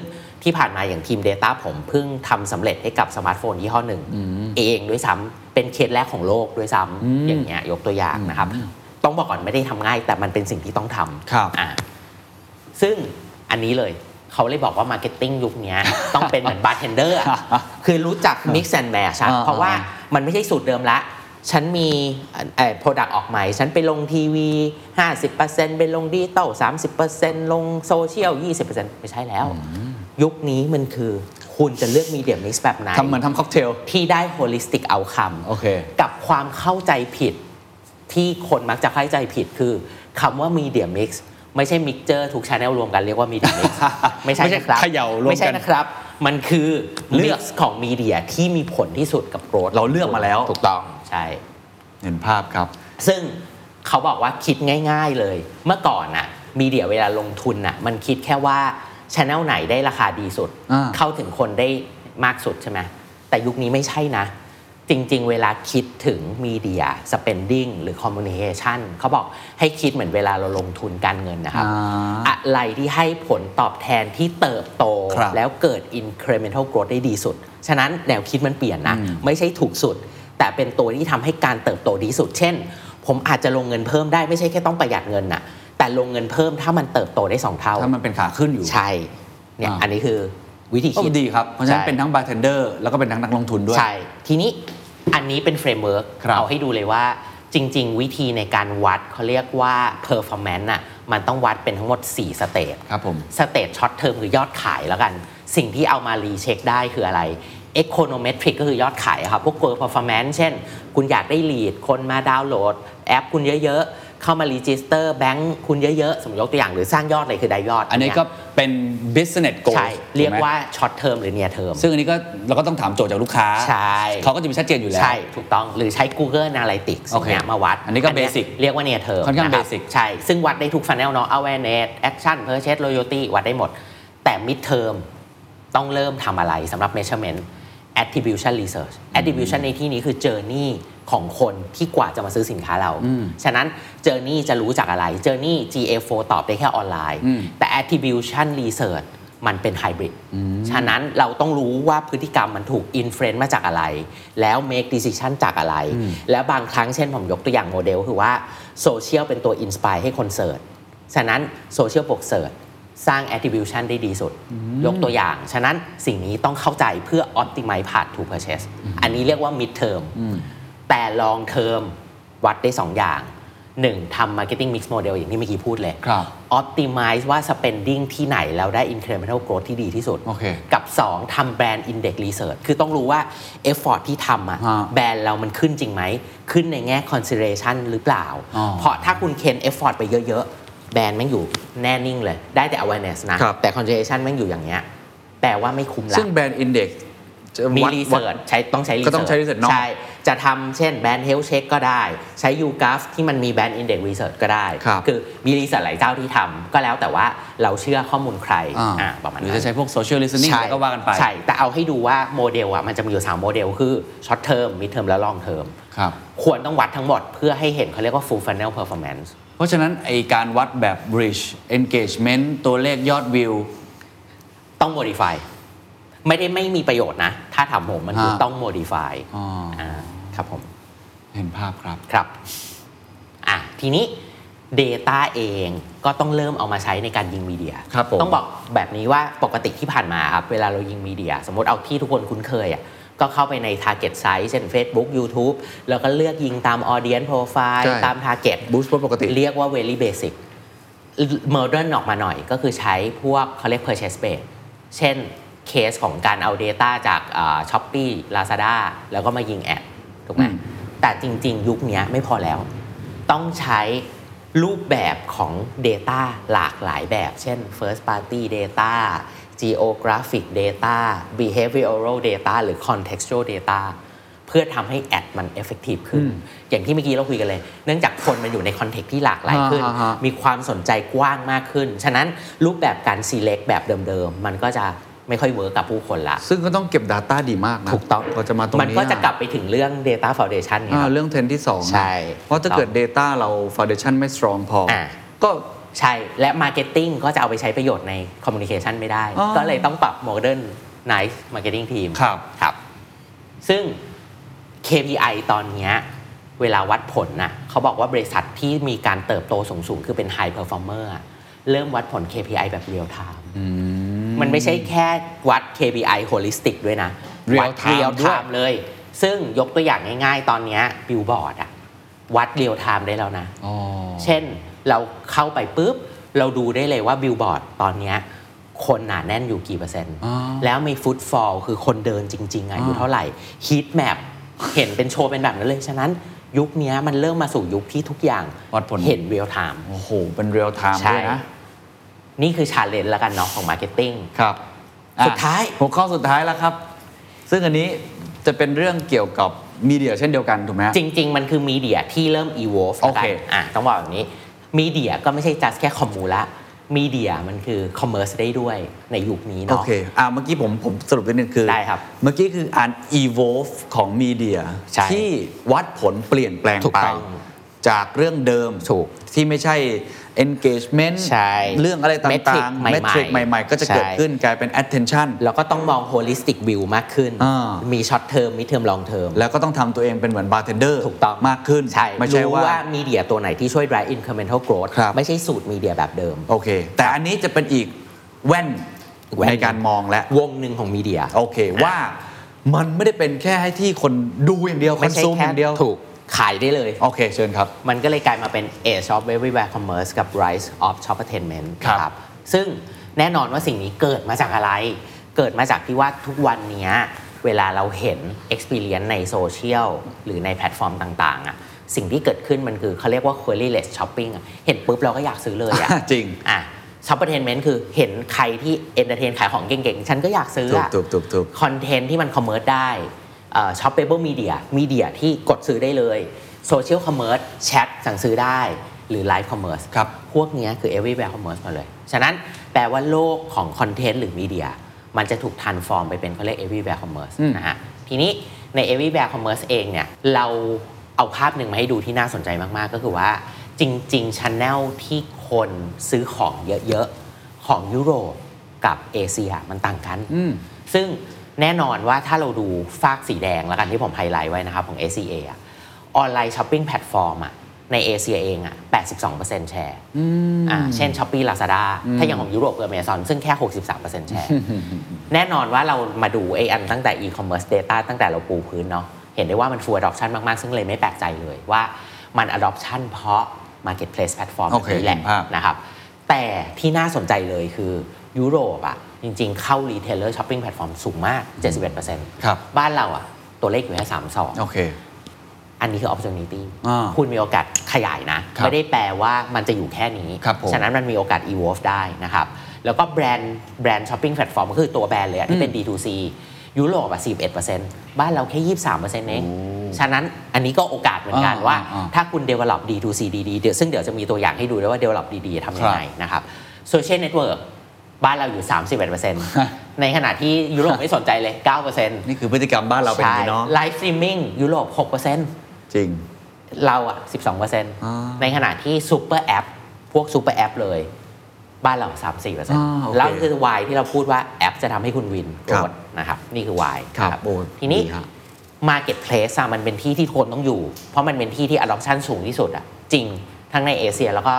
Speaker 1: ที่ผ่านมาอย่างทีม Data ผมเพิ่งทำสำเร็จให้กับสมาร์ทโฟนยี่ห้อหนึ่ง เองด้วยซ้ำเป็นเคสแรกของโลกด้วยซ้ำอย่างเงี้ยยกตัวอย่างนะครับ ต้องบอกก่อนไม่ได้ทำง่าย แต่มันเป็นสิ่งที่ต้องทำ
Speaker 2: ครับ
Speaker 1: อ่ะซึ่งอันนี้เลยเขาเลยบอกว่ามาร์เก็ตติ้งยุคเนี้ย ต้องเป็นเหมือนบาร์เทนเดอร์คือรู้ จัก Mix and Match อะ
Speaker 2: อ่า
Speaker 1: เพราะว่า
Speaker 2: อ่า
Speaker 1: มันไม่ใช่สูตรเดิมละ ฉันมีเอ่อโปรดักต์ออกใหม่ ฉันไปลงทีวี 50%ไปลงดิจิตอล30%ลงโซเชียล 20%ไม่ใช่แล้ว ยุคนี้มันคือคุณจะเลือกมีเดียมิกซ์แบบไหน
Speaker 2: ทำเหมือนทำค็อกเทล
Speaker 1: ที่ได้ holistic outcome
Speaker 2: โอเค
Speaker 1: กับความเข้าใจผิดที่คนมักจะเข้าใจผิดคือคำว่า media mix ไม่ใช่ mixture ทุก channel รวมกันเรียกว่า media mix ไม่ใช่
Speaker 2: ไม่ใช่
Speaker 1: นะครับ
Speaker 2: เขย่ารวมกัน
Speaker 1: ไม่ใช่นะครับ มันคือ
Speaker 2: เลื
Speaker 1: เลื
Speaker 2: อ
Speaker 1: อก กของมีเดียที่มีผลที่สุดกับโกรธ
Speaker 2: เราเลือกมาแล้ว
Speaker 1: ถูกต้องใช่
Speaker 2: เห็นภาพครับ
Speaker 1: ซึ่งเขาบอกว่าคิดง่าย ๆเลย เมื่อก่อนน่ะมีเดียเวลาลงทุนน่ะมันคิดแค่ว่าชแนลไหนได้ราคาดีสุด
Speaker 2: อ่า
Speaker 1: เข้าถึงคนได้มากสุดใช่ไหมแต่ยุคนี้ไม่ใช่นะ จริงๆ เวลาคิดถึงมีเดีย spending หรือ communication เขาบอกให้คิดเหมือนเวลาเราลงทุนการเงินนะครับ อะไรที่ให้ผลตอบแทนที่เติบโต
Speaker 2: ครับ
Speaker 1: แล้วเกิด incremental growth ได้ดีสุด ฉะนั้นแนวคิดมันเปลี่ยนนะ ไม่ใช่ถูกสุด แต่เป็นตัวที่ทำให้การเติบโตดีสุด เช่น ผมอาจจะลงเงินเพิ่มได้ไม่ใช่แค่ต้องประหยัดเงินนะแต่ลงเงินเพิ่มถ้ามันเติบโตได้สองเท่า
Speaker 2: ถ้ามันเป็นขาขึ้นอยู่
Speaker 1: ใช่เนี่ย
Speaker 2: อ่า
Speaker 1: อันนี้คือวิธี
Speaker 2: โอ้
Speaker 1: คิด
Speaker 2: ดีครับ เพราะฉะนั้น
Speaker 1: ใช่
Speaker 2: เป็นทั้งบาร์เทนเดอร์แล้วก็เป็นทั้งนักลงทุนด้วย
Speaker 1: ใช่ ทีนี้อันนี้เป็นเฟรมเวิร์ก
Speaker 2: ครับ
Speaker 1: เอาให้ดูเลยว่าจริง ๆ วิธีในการวัดเขาเรียกว่า performance น่ะมันต้องวัดเป็นทั้งหมด 4 สเตจ
Speaker 2: ครับผม
Speaker 1: สเตจช็อตเทอมคือยอดขายแล้วกัน สิ่งที่เอามารีเช็คได้คืออะไร Econometric ก็คือยอดขายอะครับพวก Core Performance เช่น คุณอยากได้ lead คนมาดาวน์โหลด แอปคุณเยอะๆ เข้ามารีจิสเตอร์แบงค์คุณเยอะๆ สมมติยกตัวอย่างหรือสร้างยอดอะไรคือได้ยอด
Speaker 2: อันนี้ก็เป็น business goal
Speaker 1: ใช่เรียกว่า
Speaker 2: ถูกไห
Speaker 1: ช็อตเทอมหรือเนียเทอม
Speaker 2: มซึ่งอันนี้ก็เราก็ต้องถามโจทย์จากลูกค้า
Speaker 1: ใช่
Speaker 2: เขาก็จะมีชัดเจนอยู่แล้ว
Speaker 1: ใช่ ถูกต้องหรือใช้ Google Analytics
Speaker 2: โอเค
Speaker 1: เนี่ยมาวัด
Speaker 2: อันนี้ก็
Speaker 1: ย
Speaker 2: basic
Speaker 1: เรียกว่าเนี่ยเธอ
Speaker 2: ค่อนข้า
Speaker 1: ะ
Speaker 2: ง
Speaker 1: รับ
Speaker 2: basic
Speaker 1: ใช่ ซึ่งวัดได้ทุก funnel เนาะ awareness action purchase loyalty วัดได้หมด แต่ mid term ต้องเริ่มทำอะไรสำหรับ measurement attribution research attribution ในที่นี้คือ journey ของคนที่กว่าจะมาซื้อสินค้าเรา ฉะนั้น journey จะรู้จากอะไร journey GA4 ตอบได้แค่ออนไลน์ แต่ attribution research มันเป็นไฮบริด ฉะนั้นเราต้องรู้ว่าพฤติกรรมมันถูกอินฟลูเอนซ์มาจากอะไร แล้ว make decision จากอะไร แล้วบางครั้งเช่นผมยกตัวอย่างโมเดลคือว่าโซเชียลเป็นตัวอินสปายให้คนเสิร์ช ฉะนั้นโซเชียลบวกเสิร์ชสร้าง attribution ได้ดีสุด ยกตัวอย่าง ฉะนั้นสิ่งนี้ต้องเข้าใจเพื่อ optimize path to purchase อันนี้เรียกว่า mid term แต่ long term วัดได้ 2 อย่าง 1. ทำ marketing mix model อย่างที่เมื่อกี้พูดเลย
Speaker 2: ครับ
Speaker 1: optimize ว่า spending ที่ไหนแล้วได้ incremental growth ที่ดีที่สุด
Speaker 2: โอเค
Speaker 1: กับ 2ทำแบรนด์ index research คือต้องรู้ว่า effort ที่ทำอะ
Speaker 2: ฮะ
Speaker 1: แบรนด์เรามันขึ้นจริงไหม ขึ้นในแง่ consideration หรือเปล่า
Speaker 2: อ๋อ
Speaker 1: เพราะถ้าคุณเคน effort ไปเยอะๆ แบรนด์แม่งอยู่แน่นิ่งเลย ได้แต่ awareness นะ
Speaker 2: ครับ
Speaker 1: แต่ consideration แม่งอยู่อย่างเงี้ยแปลว่าไม่คุ้มละ
Speaker 2: ซึ่งแบรนด์อินเด็กซ์จะ
Speaker 1: มี
Speaker 2: วัด
Speaker 1: รี
Speaker 2: วั
Speaker 1: เสิร์ช
Speaker 2: ด
Speaker 1: ใช้ต้องใช้รีเสิ
Speaker 2: ก็
Speaker 1: ร์ช
Speaker 2: ต้องใช้ research เนอะ
Speaker 1: ใช่ จะทำเช่นแบรนด์เฮลเช็คก็ได้ ใช้ยูกราฟที่มันมีแบรนด์อินเด็กซ์รีเสิร์ชก็ได้
Speaker 2: ครับ
Speaker 1: อมีรีเสิร์ชหลายเจ้าที่ทำก็แล้วแต่ว่าเราเชื่อข้อมูลใคร
Speaker 2: อ่า
Speaker 1: อ่าประมาณ
Speaker 2: หรื
Speaker 1: นั้
Speaker 2: อน จะใช้พวกโซเชียลลิสติ้ง
Speaker 1: ใช่
Speaker 2: ก็ว่ากันไป
Speaker 1: ใช่ แต่เอาให้ดูว่าโมเดลอ่ะมันจะมีอยู่ 3 โมเดลคือช็อตเทอมมิดเทอมและลองเทอม
Speaker 2: ครับ
Speaker 1: ควรต้องวัดทั้งหมดเพื่อให้เห็นเขาเรียกว่า full funnel performance
Speaker 2: เพราะฉะนั้นไอการวัดแบบ bridge engagement ตัวเลขยอดวิว
Speaker 1: ต้อง modify ไม่ได้ไม่มีประโยชน์นะ ถ้าถามผมมันคืออา ต้อง modify
Speaker 2: อ๋อ
Speaker 1: อ่าครับผม
Speaker 2: เห็นภาพครับ
Speaker 1: ครับ อ่ะ ทีนี้ Data เองก็ต้องเริ่มเอามาใช้ในการยิงมีเดีย
Speaker 2: ครับผม
Speaker 1: ต้องบอกแบบนี้ว่าปกติที่ผ่านมาครับเวลาเรายิงมีเดีย สมมติเอาที่ทุกคนคุ้นเคยอ่ะก็เข้าไปใน Target Size เช่น Facebook YouTube แล้วก็เลือกยิงตาม Audience Profile
Speaker 2: ใช่
Speaker 1: ตาม Target
Speaker 2: Boost Post ปกติ
Speaker 1: เรียกว่า Very Basic Modern ออกมาหน่อยก็คือใช้พวกเขาเรียก Purchase Based เช่นเคสของการเอา Data จากช้อปปี้ลาซาด้า Shopee Lazada แล้วก็มายิงแอดถูกไหม
Speaker 2: อืม
Speaker 1: แต่จริง ๆ ยุคเนี้ยไม่พอแล้ว ต้องใช้รูปแบบของ Data หลากหลายแบบ เช่น First Party Data Geographic Data Behavioral Data หรือ Contextual Data เพื่อทำให้แอดมัน effective ขึ้น อย่างที่เมื่อกี้เราคุยกันเลย เนื่องจากคนมันอยู่ในคอนเทกต์ที่หลากหลายขึ้น
Speaker 2: อ่าฮะ
Speaker 1: มีความสนใจกว้างมากขึ้น ฉะนั้นรูปแบบการ select แบบเดิม ๆ มันก็จะไม่ค่อยเวิร์กกับผู้คนละ
Speaker 2: ซึ่งก็ต้องเก็บ Data ดีมากนะ
Speaker 1: ถูกต้อง
Speaker 2: ก็จะมาตรงนี้
Speaker 1: มันก็จะกลับไปถึงเรื่อง Data Foundation ไงค
Speaker 2: อ่า
Speaker 1: รับ
Speaker 2: เรื่องเทรนด์ที่2
Speaker 1: ใช่
Speaker 2: เพราะถ้าเกิด Data เรา Foundation ไม่ strong พออา ก็
Speaker 1: ใช่และ Marketing ก็จะเอาไปใช้ประโยชน์ใน Communication ไม่ได้
Speaker 2: อ๋อ
Speaker 1: ก็เลยต้องปรับ Modern Nice Marketing Team
Speaker 2: ครับ
Speaker 1: ครับ ซึ่ง KPI ตอนเนี้ยเวลาวัดผลน่ะเขาบอกว่าบริษัทที่มีการเติบโตสูงสูงๆคือเป็น High Performer อะเริ่มวัดผล KPI แบบ Real Time มันไม่ใช่แค่วัด KPI holistic ด้วยนะ
Speaker 2: Real
Speaker 1: วัด
Speaker 2: time ด้วย
Speaker 1: time เลย ซึ่งยกตัวอย่างง่ายๆ ตอนเนี้บิลบอร์ดอะวัด Real Time ได้แล้วนะ
Speaker 2: อ๋อ
Speaker 1: เช่นเราเข้าไปปุ๊บ เราดูได้เลยว่าบิลบอร์ดตอนเนี้ยคนหนาแน่นอยู่กี่เปอร์เซ็นต์
Speaker 2: อ๋อ
Speaker 1: แล้วมีฟุตฟอลคือคนเดินจริง ๆอะอายู่เท่าไหร่ฮีทแมปเห็นเป็นโชว์เป็นแบบนั้นเลย ฉะนั้นยุคเนี้ยมันเริ่มมาสู่ยุคที่ทุกอย่าง
Speaker 2: วัดผล
Speaker 1: เห็นเรียลไทม์
Speaker 2: โอ้โห เป็นเรียลไทม์
Speaker 1: ใช่
Speaker 2: ด้วยนะ
Speaker 1: นี่คือชาเลนจ์แล้วกันเนาะของมาร์เก็ตติ้ง
Speaker 2: ครับอ่ะ
Speaker 1: สุดท้าย
Speaker 2: หัวข้อสุดท้ายแล้วครับ ซึ่งอันนี้จะเป็นเรื่องเกี่ยวกับมีเดียเช่นเดียวกัน ถูกไหมฮะ
Speaker 1: จริง ๆ มันคือมีเดียที่เริ่ม evolve
Speaker 2: โอ
Speaker 1: แล้วกั
Speaker 2: เคน
Speaker 1: อ่ะต้องบอกแบบนี้มีเดียก็ไม่ใช่ just แค่คอมมูละมีเดียมันคือคอมเมอร์ซได้ด้วยในยุคนี้
Speaker 2: โอ
Speaker 1: เนาะ
Speaker 2: เคอ่ะเมื่อกี้ผมผมสรุปนิดนึงคือ
Speaker 1: ได้ครับ
Speaker 2: เมื่อกี้คืออ่าน evolve ของมีเดีย
Speaker 1: ใช่
Speaker 2: ที่วัดผลเปลี่ยนแปลง
Speaker 1: ถูก
Speaker 2: ไป
Speaker 1: ต้อง
Speaker 2: จากเรื่องเดิม
Speaker 1: ถูก
Speaker 2: ที่ไม่ใช่ engagement
Speaker 1: ใช่
Speaker 2: เรื่องอะไรต่าง
Speaker 1: Metric
Speaker 2: ๆ
Speaker 1: ใหม่ๆ
Speaker 2: ริกใหม่ ๆ ก็จะเกิด
Speaker 1: ใช่
Speaker 2: ขึ้นกลายเป็น attention
Speaker 1: แล้วก็ต้องมอง holistic view มากขึ้น
Speaker 2: อ่า
Speaker 1: มี short term mid term long term
Speaker 2: แล้วก็ต้องทำตัวเองเป็นเหมือน bartender
Speaker 1: ถูกต้อง
Speaker 2: มากขึ้น
Speaker 1: ใช่
Speaker 2: ไม่ใช่
Speaker 1: รู้
Speaker 2: ว่า
Speaker 1: ว่ามีเดียตัวไหนที่ช่วย drive incremental growth
Speaker 2: ครับ
Speaker 1: ไม่ใช่สูตรมีเดียแบบเดิม
Speaker 2: โอเค แต่อันนี้จะเป็นอีกแว่น
Speaker 1: แว่น
Speaker 2: ในการมองและ
Speaker 1: วงหนึ่งของมีเดีย
Speaker 2: โอเคว่ามันไม่ได้เป็นแค่ให้ที่คนดูอย่างเดียวค
Speaker 1: ไม่
Speaker 2: อน
Speaker 1: ใช่
Speaker 2: ซูมอ
Speaker 1: แค่
Speaker 2: ย่างเดียว
Speaker 1: ถูกขายได้เลย
Speaker 2: โอเคเชิญครับ
Speaker 1: มันก็เลยกลายมาเป็น Age of Everywhere Commerce กับ Rise of Shop Attainment
Speaker 2: ครับ
Speaker 1: นะซึ่งแน่นอนว่าสิ่งนี้เกิดมาจากอะไร เกิดมาจากที่ว่าทุกวันเนี้ยเวลาเราเห็น Experience ในโซเชียลหรือในแพลตฟอร์มต่าง ๆอะสิ่งที่เกิดขึ้นมันคือเขาเรียกว่า queryless shopping อะเห็นปุ๊บเราก็อยากซื้อเลยอะ
Speaker 2: จริง
Speaker 1: อ่ะช็อปเปอร์เทนเมนต์คือเห็นใครที่เอนเตอร์เทนขายของเก่งๆ ฉันก็อยากซื้ออะ
Speaker 2: ถูกถูกถูกถูก
Speaker 1: คอนเทนต์ที่มันคอมเมอร์สได้ช็อปเปเบิลมีเดียมีเดียที่กดซื้อได้เลยโซเชียลคอมเมอร์สแชทสั่งซื้อได้หรือไลฟ์คอมเมอร์ส
Speaker 2: ครับ
Speaker 1: พวกเนี้ยคือ everywhere commerce หมาเลย ฉะนั้นแปลว่าโลกของคอนเทนต์หรือมีเดียมันจะถูกทันฟอร์มไปเป็นเขาเรียก everywhere commerce นะฮะทีนี้ใน everywhere commerce เองเนี่ยเราเอาภาพหนึ่งมาให้ดูที่น่าสนใจมากๆ ก็คือว่าจริงๆ Channel ที่คนซื้อของเยอะๆ ของยุโรปกับเอเชียมันต่างกัน ซึ่งแน่นอนว่าถ้าเราดูฟากสีแดงแล้วกันที่ผมไฮไลท์ไว้นะครับของ ACA อะออนไลน์ช้อปปิ้งแพลตฟอร์มอะในเอเชียเองอะ82%แชร์ อ่าเช่นช้อปปี้ลาซาด้าถ้าอย่างของยุโรปกับอเมซอนซึ่งแค่ 63%แชร์ แน่นอนว่าเรามาดูไออันตั้งแต่ e-commerce data ตั้งแต่เราปูพื้นเนาะเห็นได้ว่ามัน full adoption มาก ๆ ซึ่งเลยไม่แปลกใจเลยว่ามัน adoption เพราะ marketplace platform
Speaker 2: โอ
Speaker 1: แบบ
Speaker 2: เค
Speaker 1: นี้แหละ
Speaker 2: เห็นภาพ
Speaker 1: นะครับ แต่ที่น่าสนใจเลยคือยุโรปอะจริง ๆ เข้า retailer shopping platform สูงมาก 71%
Speaker 2: ครับ
Speaker 1: บ้านเราอะตัวเลขอยู่แค่32
Speaker 2: โอเค
Speaker 1: อันนี้คือ opportunity
Speaker 2: อ่า
Speaker 1: คุณมีโอกาสขยายนะ
Speaker 2: ครับ
Speaker 1: ไม่ได้แปลว่ามันจะอยู่แค่นี้
Speaker 2: ครับผม
Speaker 1: ฉะนั้นมันมีโอกาส evolve ได้นะครับ แล้วก็แบรนด์แบรนด์ช้อปปิ้งแพลตฟอร์มก็คือตัวแบรนด์เลยอะที่เป็น D2C ยุโรปอะ41 บ้านเราแค่ 23 เอง ฉะนั้นอันนี้ก็โอกาสเหมือนกัน
Speaker 2: อ่า
Speaker 1: ว่า
Speaker 2: อ่าอ่า
Speaker 1: ถ้าคุณ develop D2C ดีๆเดี๋ยวซึ่งเดี๋ยวจะมีตัวอย่างให้ดูด้วยว่า develop ดีๆทำยังไงนะครับโซเชียลเน็ตเวิร์กบ้านเราอยู่ 31 ในขณะที่ยุโรปไม่สนใจเลย9%
Speaker 2: นี่คือพฤติกรรมบ้านเราเป็นอย่างนี้เนาะ
Speaker 1: ไลฟ์สตรีมมิ่งยุโรป6%
Speaker 2: จริง
Speaker 1: เราอ่ะ 12 ในขณะที่ซูเปอร์แอป พวกซูเปอร์แอปเลย บ้านเรา 3 4เปอร์เซ็นต์
Speaker 2: โอเค
Speaker 1: แล้วคือวายที่เราพูดว่าแอปจะทำให้คุณวินโกร
Speaker 2: ครั
Speaker 1: ธ
Speaker 2: บ
Speaker 1: นะครับ นี่คือวาย
Speaker 2: ครับโอ้
Speaker 1: ทีนี้
Speaker 2: ดีครับ
Speaker 1: Marketplace อะมันเป็นที่ที่ทุกคนต้องอยู่ เพราะมันเป็นที่ที่ adoption สูงที่สุดอะจริงทั้งในเอเชียแล้วก็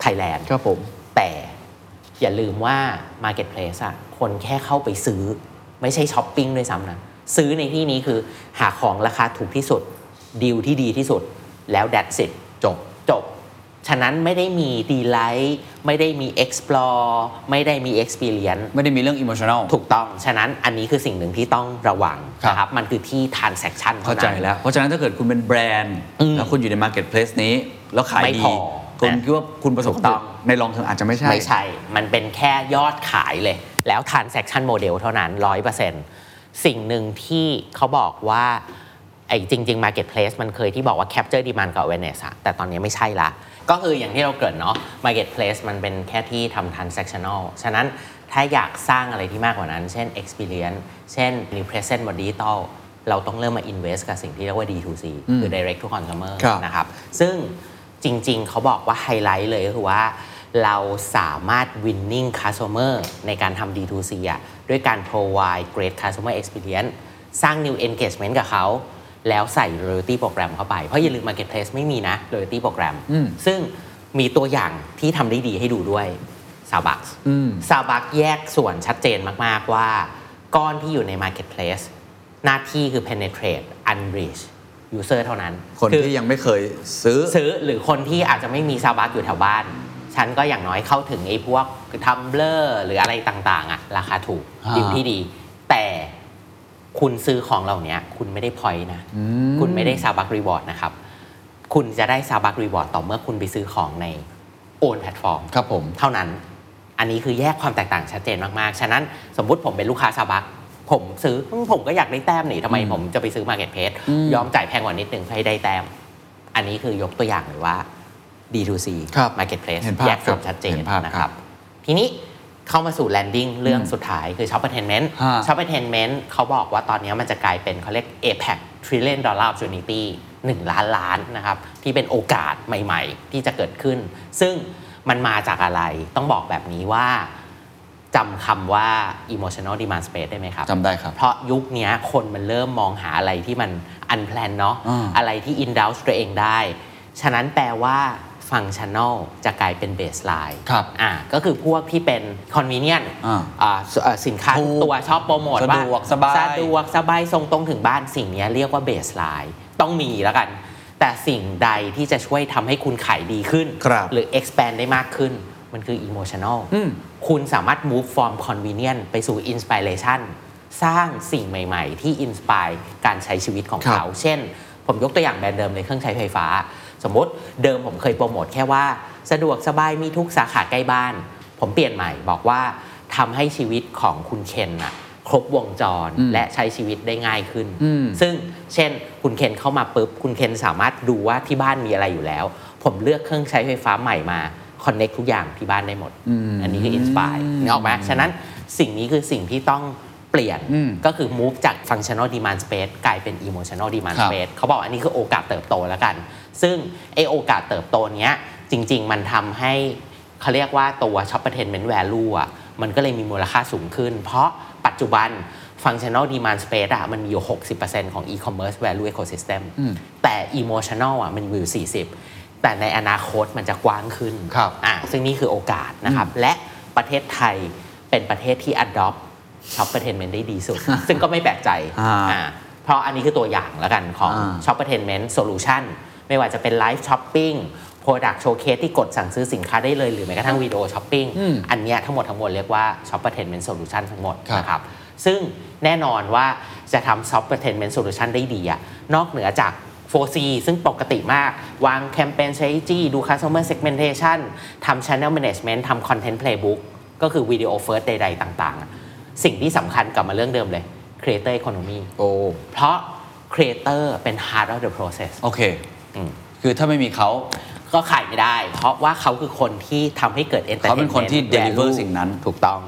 Speaker 1: ไทยแลนด์
Speaker 2: ครับผม
Speaker 1: แต่อย่าลืมว่า Marketplace อะคนแค่เข้าไปซื้อ ไม่ใช่ช้อปปิ้งด้วยซ้ำนะซื้อในที่นี้คือหาของราคาถูกที่สุดดีลที่ดีที่สุด แล้ว that's it จบจบ ฉะนั้นไม่ได้มี delight ไม่ได้มี explore ไม่ได้มี experience
Speaker 2: ไม่ได้มีเรื่อง emotional
Speaker 1: ถูกต้อง ฉะนั้นอันนี้คือสิ่งหนึ่งที่ต้องระวัง
Speaker 2: ครับ
Speaker 1: นะครับ มันคือที่ transaction ท่
Speaker 2: เข้า
Speaker 1: นั้น
Speaker 2: ใจแล้ว เพราะฉะนั้นถ้าเกิดคุณเป็นแบรนด์
Speaker 1: อืม
Speaker 2: แล้วคุณอยู่ใน marketplace นี้ แล้วขาย
Speaker 1: ไม่
Speaker 2: ดี
Speaker 1: พอ
Speaker 2: คุณ
Speaker 1: นะ
Speaker 2: คิดว่าคุณประสบ
Speaker 1: ถู
Speaker 2: ค
Speaker 1: กต้
Speaker 2: วา
Speaker 1: อ
Speaker 2: ม
Speaker 1: ง
Speaker 2: ในลองเทอมอาจจะไม่ใช่
Speaker 1: ไม่ใช่ มันเป็นแค่ยอดขายเลย แล้ว transaction model เท่านั้น 100%สิ่งหนึ่งที่เขาบอกว่าไอ้จริง ๆ marketplace มันเคยที่บอกว่า capture demand กับ awareness อะแต่ตอนนี้ไม่ใช่ละ ก็คืออย่างที่เราเกริดเนาะ marketplace มันเป็นแค่ที่ทำ transactional ฉะนั้นถ้าอยากสร้างอะไรที่มากกว่านั้น เช่น experience เช่น represent b o d i g i t a l เราต้องเริ่มมา invest กับสิ่งที่เรียกว่า D2C คือ direct to consumer
Speaker 2: ครับ
Speaker 1: นะครับ ซึ่งจ จริง ๆ เขาบอกว่าไฮไลท์เลยก็คือว่า เราสามารถ winning customer ในการทำ D2C อะด้วยการ provide great customer experience สร้าง new engagement กับเขา แล้วใส่ loyalty program เข้าไป เพราะอย่าลืม marketplace ไม่มีนะ loyalty program
Speaker 2: อืม
Speaker 1: ซึ่งมีตัวอย่างที่ทำได้ดีให้ดูด้วยซาบัก
Speaker 2: อืม
Speaker 1: ซาบักแยกส่วนชัดเจนมาก ๆ ว่า ก้อนที่อยู่ใน Marketplace หน้าที่คือ penetrate unreach user เท่านั้น
Speaker 2: คน
Speaker 1: อ
Speaker 2: ที่ยังไม่เคยซื้อ
Speaker 1: ซื้อหรือคนที่อาจจะไม่มีซาบักอยู่แถวบ้าน ฉันก็อย่างน้อยเข้าถึงไอ้พวกทัมเบลอร์หรืออะไรต่าง ๆอะราคาถูก
Speaker 2: อ่า
Speaker 1: ดีลที่ดี แต่คุณซื้อของเหล่านี้คุณไม่ได้พอยนะ คุณไม่ได้ซาบักรีบอร์ดนะครับ คุณจะได้ซาบักรีบอร์ดต่อเมื่อคุณไปซื้อของในโอนแพลตฟอร์ม
Speaker 2: ครับผม
Speaker 1: เท่านั้น อันนี้คือแยกความแตกต่างชัดเจนมาก ๆ ฉะนั้นสมมุติผมเป็นลูกค้าซาบัก ผมซื้อผมก็อยากได้แต้มหนิทำไมผมจะไปซื้อมาเก็ตเพส
Speaker 2: อืม
Speaker 1: ยอมจ่ายแพงกว่านิดนึงเพื่อให้ได้แต้ม อันนี้คือยกตัวอย่างเลยว่า D2C
Speaker 2: ครับ
Speaker 1: Marketplace
Speaker 2: เห็นภาพ
Speaker 1: แยกความชัดเจน
Speaker 2: เห็นภาพ
Speaker 1: นะ
Speaker 2: ค
Speaker 1: ค
Speaker 2: รั
Speaker 1: รั
Speaker 2: บบ
Speaker 1: ทีนี้เข้ามาสู่ landing เรื่องสุดท้ายคือ Shop Entertainment
Speaker 2: ฮะ
Speaker 1: Shop Entertainment เขาบอกว่าตอนนี้มันจะกลายเป็นเขาเรียก APEC trillion dollar opportunity 1 ล้านล้านนะครับ ที่เป็นโอกาสใหม่ๆ ที่จะเกิดขึ้น ซึ่งมันมาจากอะไรต้องบอกแบบนี้ว่าจำคำว่า emotional demand space ได้ไหมครับ
Speaker 2: จำได้ครับ
Speaker 1: เพราะยุคเนี้ยคนมันเริ่มมองหาอะไรที่มันอันแพลนเนาะ
Speaker 2: อ่า
Speaker 1: อะไรที่อินดัสตัวเองได้ ฉะนั้นแปลว่าฟังชั่น a ลจะกลายเป็นเบสไลน์
Speaker 2: ครับ
Speaker 1: อ่าก็คือพวกที่เป็นคอน v e เนียน
Speaker 2: อ่า
Speaker 1: สินค้าทุกตัวชอบโปรโมท
Speaker 2: สะ
Speaker 1: ว่า
Speaker 2: ดวกสบาย
Speaker 1: สะดวกสบายส่งตรงถึงบ้านสิ่งเนี้ยเรียกว่าเบสไลน์ต้องมีแล้วกัน แต่สิ่งใดที่จะช่วยทำให้คุณขายดีขึ้น
Speaker 2: ครับ
Speaker 1: หรือ expand ได้มากขึ้น มันคือ emotional
Speaker 2: อืม
Speaker 1: คุณสามารถ move from convenience ไปสู่ inspiration สร้างสิ่งใหม่ ๆ ที่ inspire การใช้ชีวิตของ
Speaker 2: ครับ
Speaker 1: เขา เช่น ผมยกตัวอย่างแบรนด์เดิมเลยเครื่องใช้ไฟฟ้า สมมติเดิมผมเคยโปรโมทแค่ว่า สะดวกสบายมีทุกสาขาใกล้บ้าน ผมเปลี่ยนใหม่บอกว่าทำให้ชีวิตของคุณเคนอะครบวงจร
Speaker 2: อืม
Speaker 1: และใช้ชีวิตได้ง่ายขึ้น
Speaker 2: อืม
Speaker 1: ซึ่งเช่นคุณเคนเข้ามาปุ๊บ คุณเคนสามารถดูว่าที่บ้านมีอะไรอยู่แล้ว ผมเลือกเครื่องใช้ไฟฟ้าใหม่มาคอนเน็กทุกอย่างที่บ้านได้หมด อันนี้คืออินสปายนึกออกไหมฉะนั้นสิ่งนี้คือสิ่งที่ต้องเปลี่ยน
Speaker 2: อืม
Speaker 1: ก็คือ move จาก functional demand space กลายเป็น emotional demand
Speaker 2: ครับ
Speaker 1: space เขาบอกอันนี้คือโอกาสเติบโตแล้วกัน ซึ่งไอโอกาสเติบโตเนี้ยจริง ๆ มันทำให้เขาเรียกว่าตัว shop entertainment value อ่ะมันก็เลยมีมูลค่าสูงขึ้น เพราะปัจจุบัน functional demand space อ่ะมันมีอยู่ 60%ของ e-commerce value ecosystem แต่ emotional อ่ะมันมีอยู่ 40 แต่ในอนาคตมันจะกว้างขึ้น
Speaker 2: ครับ
Speaker 1: อ่ะซึ่งนี่คือโอกาสนะครับ และประเทศไทยเป็นประเทศที่ adopt shop entertainment ได้ดีสุ ด ซึ่งก็ไม่แปลกใจ
Speaker 2: อ่า
Speaker 1: อ่าเพราะอันนี้คือตัวอย่างแล้วกันของ
Speaker 2: อ่า
Speaker 1: shop entertainment solution ไม่ว่าจะเป็น live shopping product showcase ที่กดสั่งซื้อสินค้าได้เลย หรือแม้กระทั่งวิดีโอ shopping
Speaker 2: อืม
Speaker 1: อันเนี้ยทั้งหมดทั้งมวลเรียกว่า shop entertainment solution ทั้งหมด
Speaker 2: ครับ
Speaker 1: นะครับ ซึ่งแน่นอนว่าจะทำ soft entertainment solution ได้ดีอะนอกเหนือจาก 4C ซึ่งปกติมาก วางแคมเปญ strategy ดู customer segmentation ทำ channel management ทำ content playbook ก็คือ video first ใดๆต่างๆอะสิ่งที่สำคัญกลับมาเรื่องเดิมเลย creator economy
Speaker 2: โอ้
Speaker 1: เพราะ creator เป็น heart of the process
Speaker 2: โอเค
Speaker 1: อืม
Speaker 2: คือถ้าไม่มีเขา
Speaker 1: ก็ขายไม่ได้ เพราะว่าเขาคือคนที่ทำให้เกิด entertainment
Speaker 2: เขาเป็นคนที่ deliver
Speaker 1: value
Speaker 2: สิ่งนั้น
Speaker 1: ถูกต้อง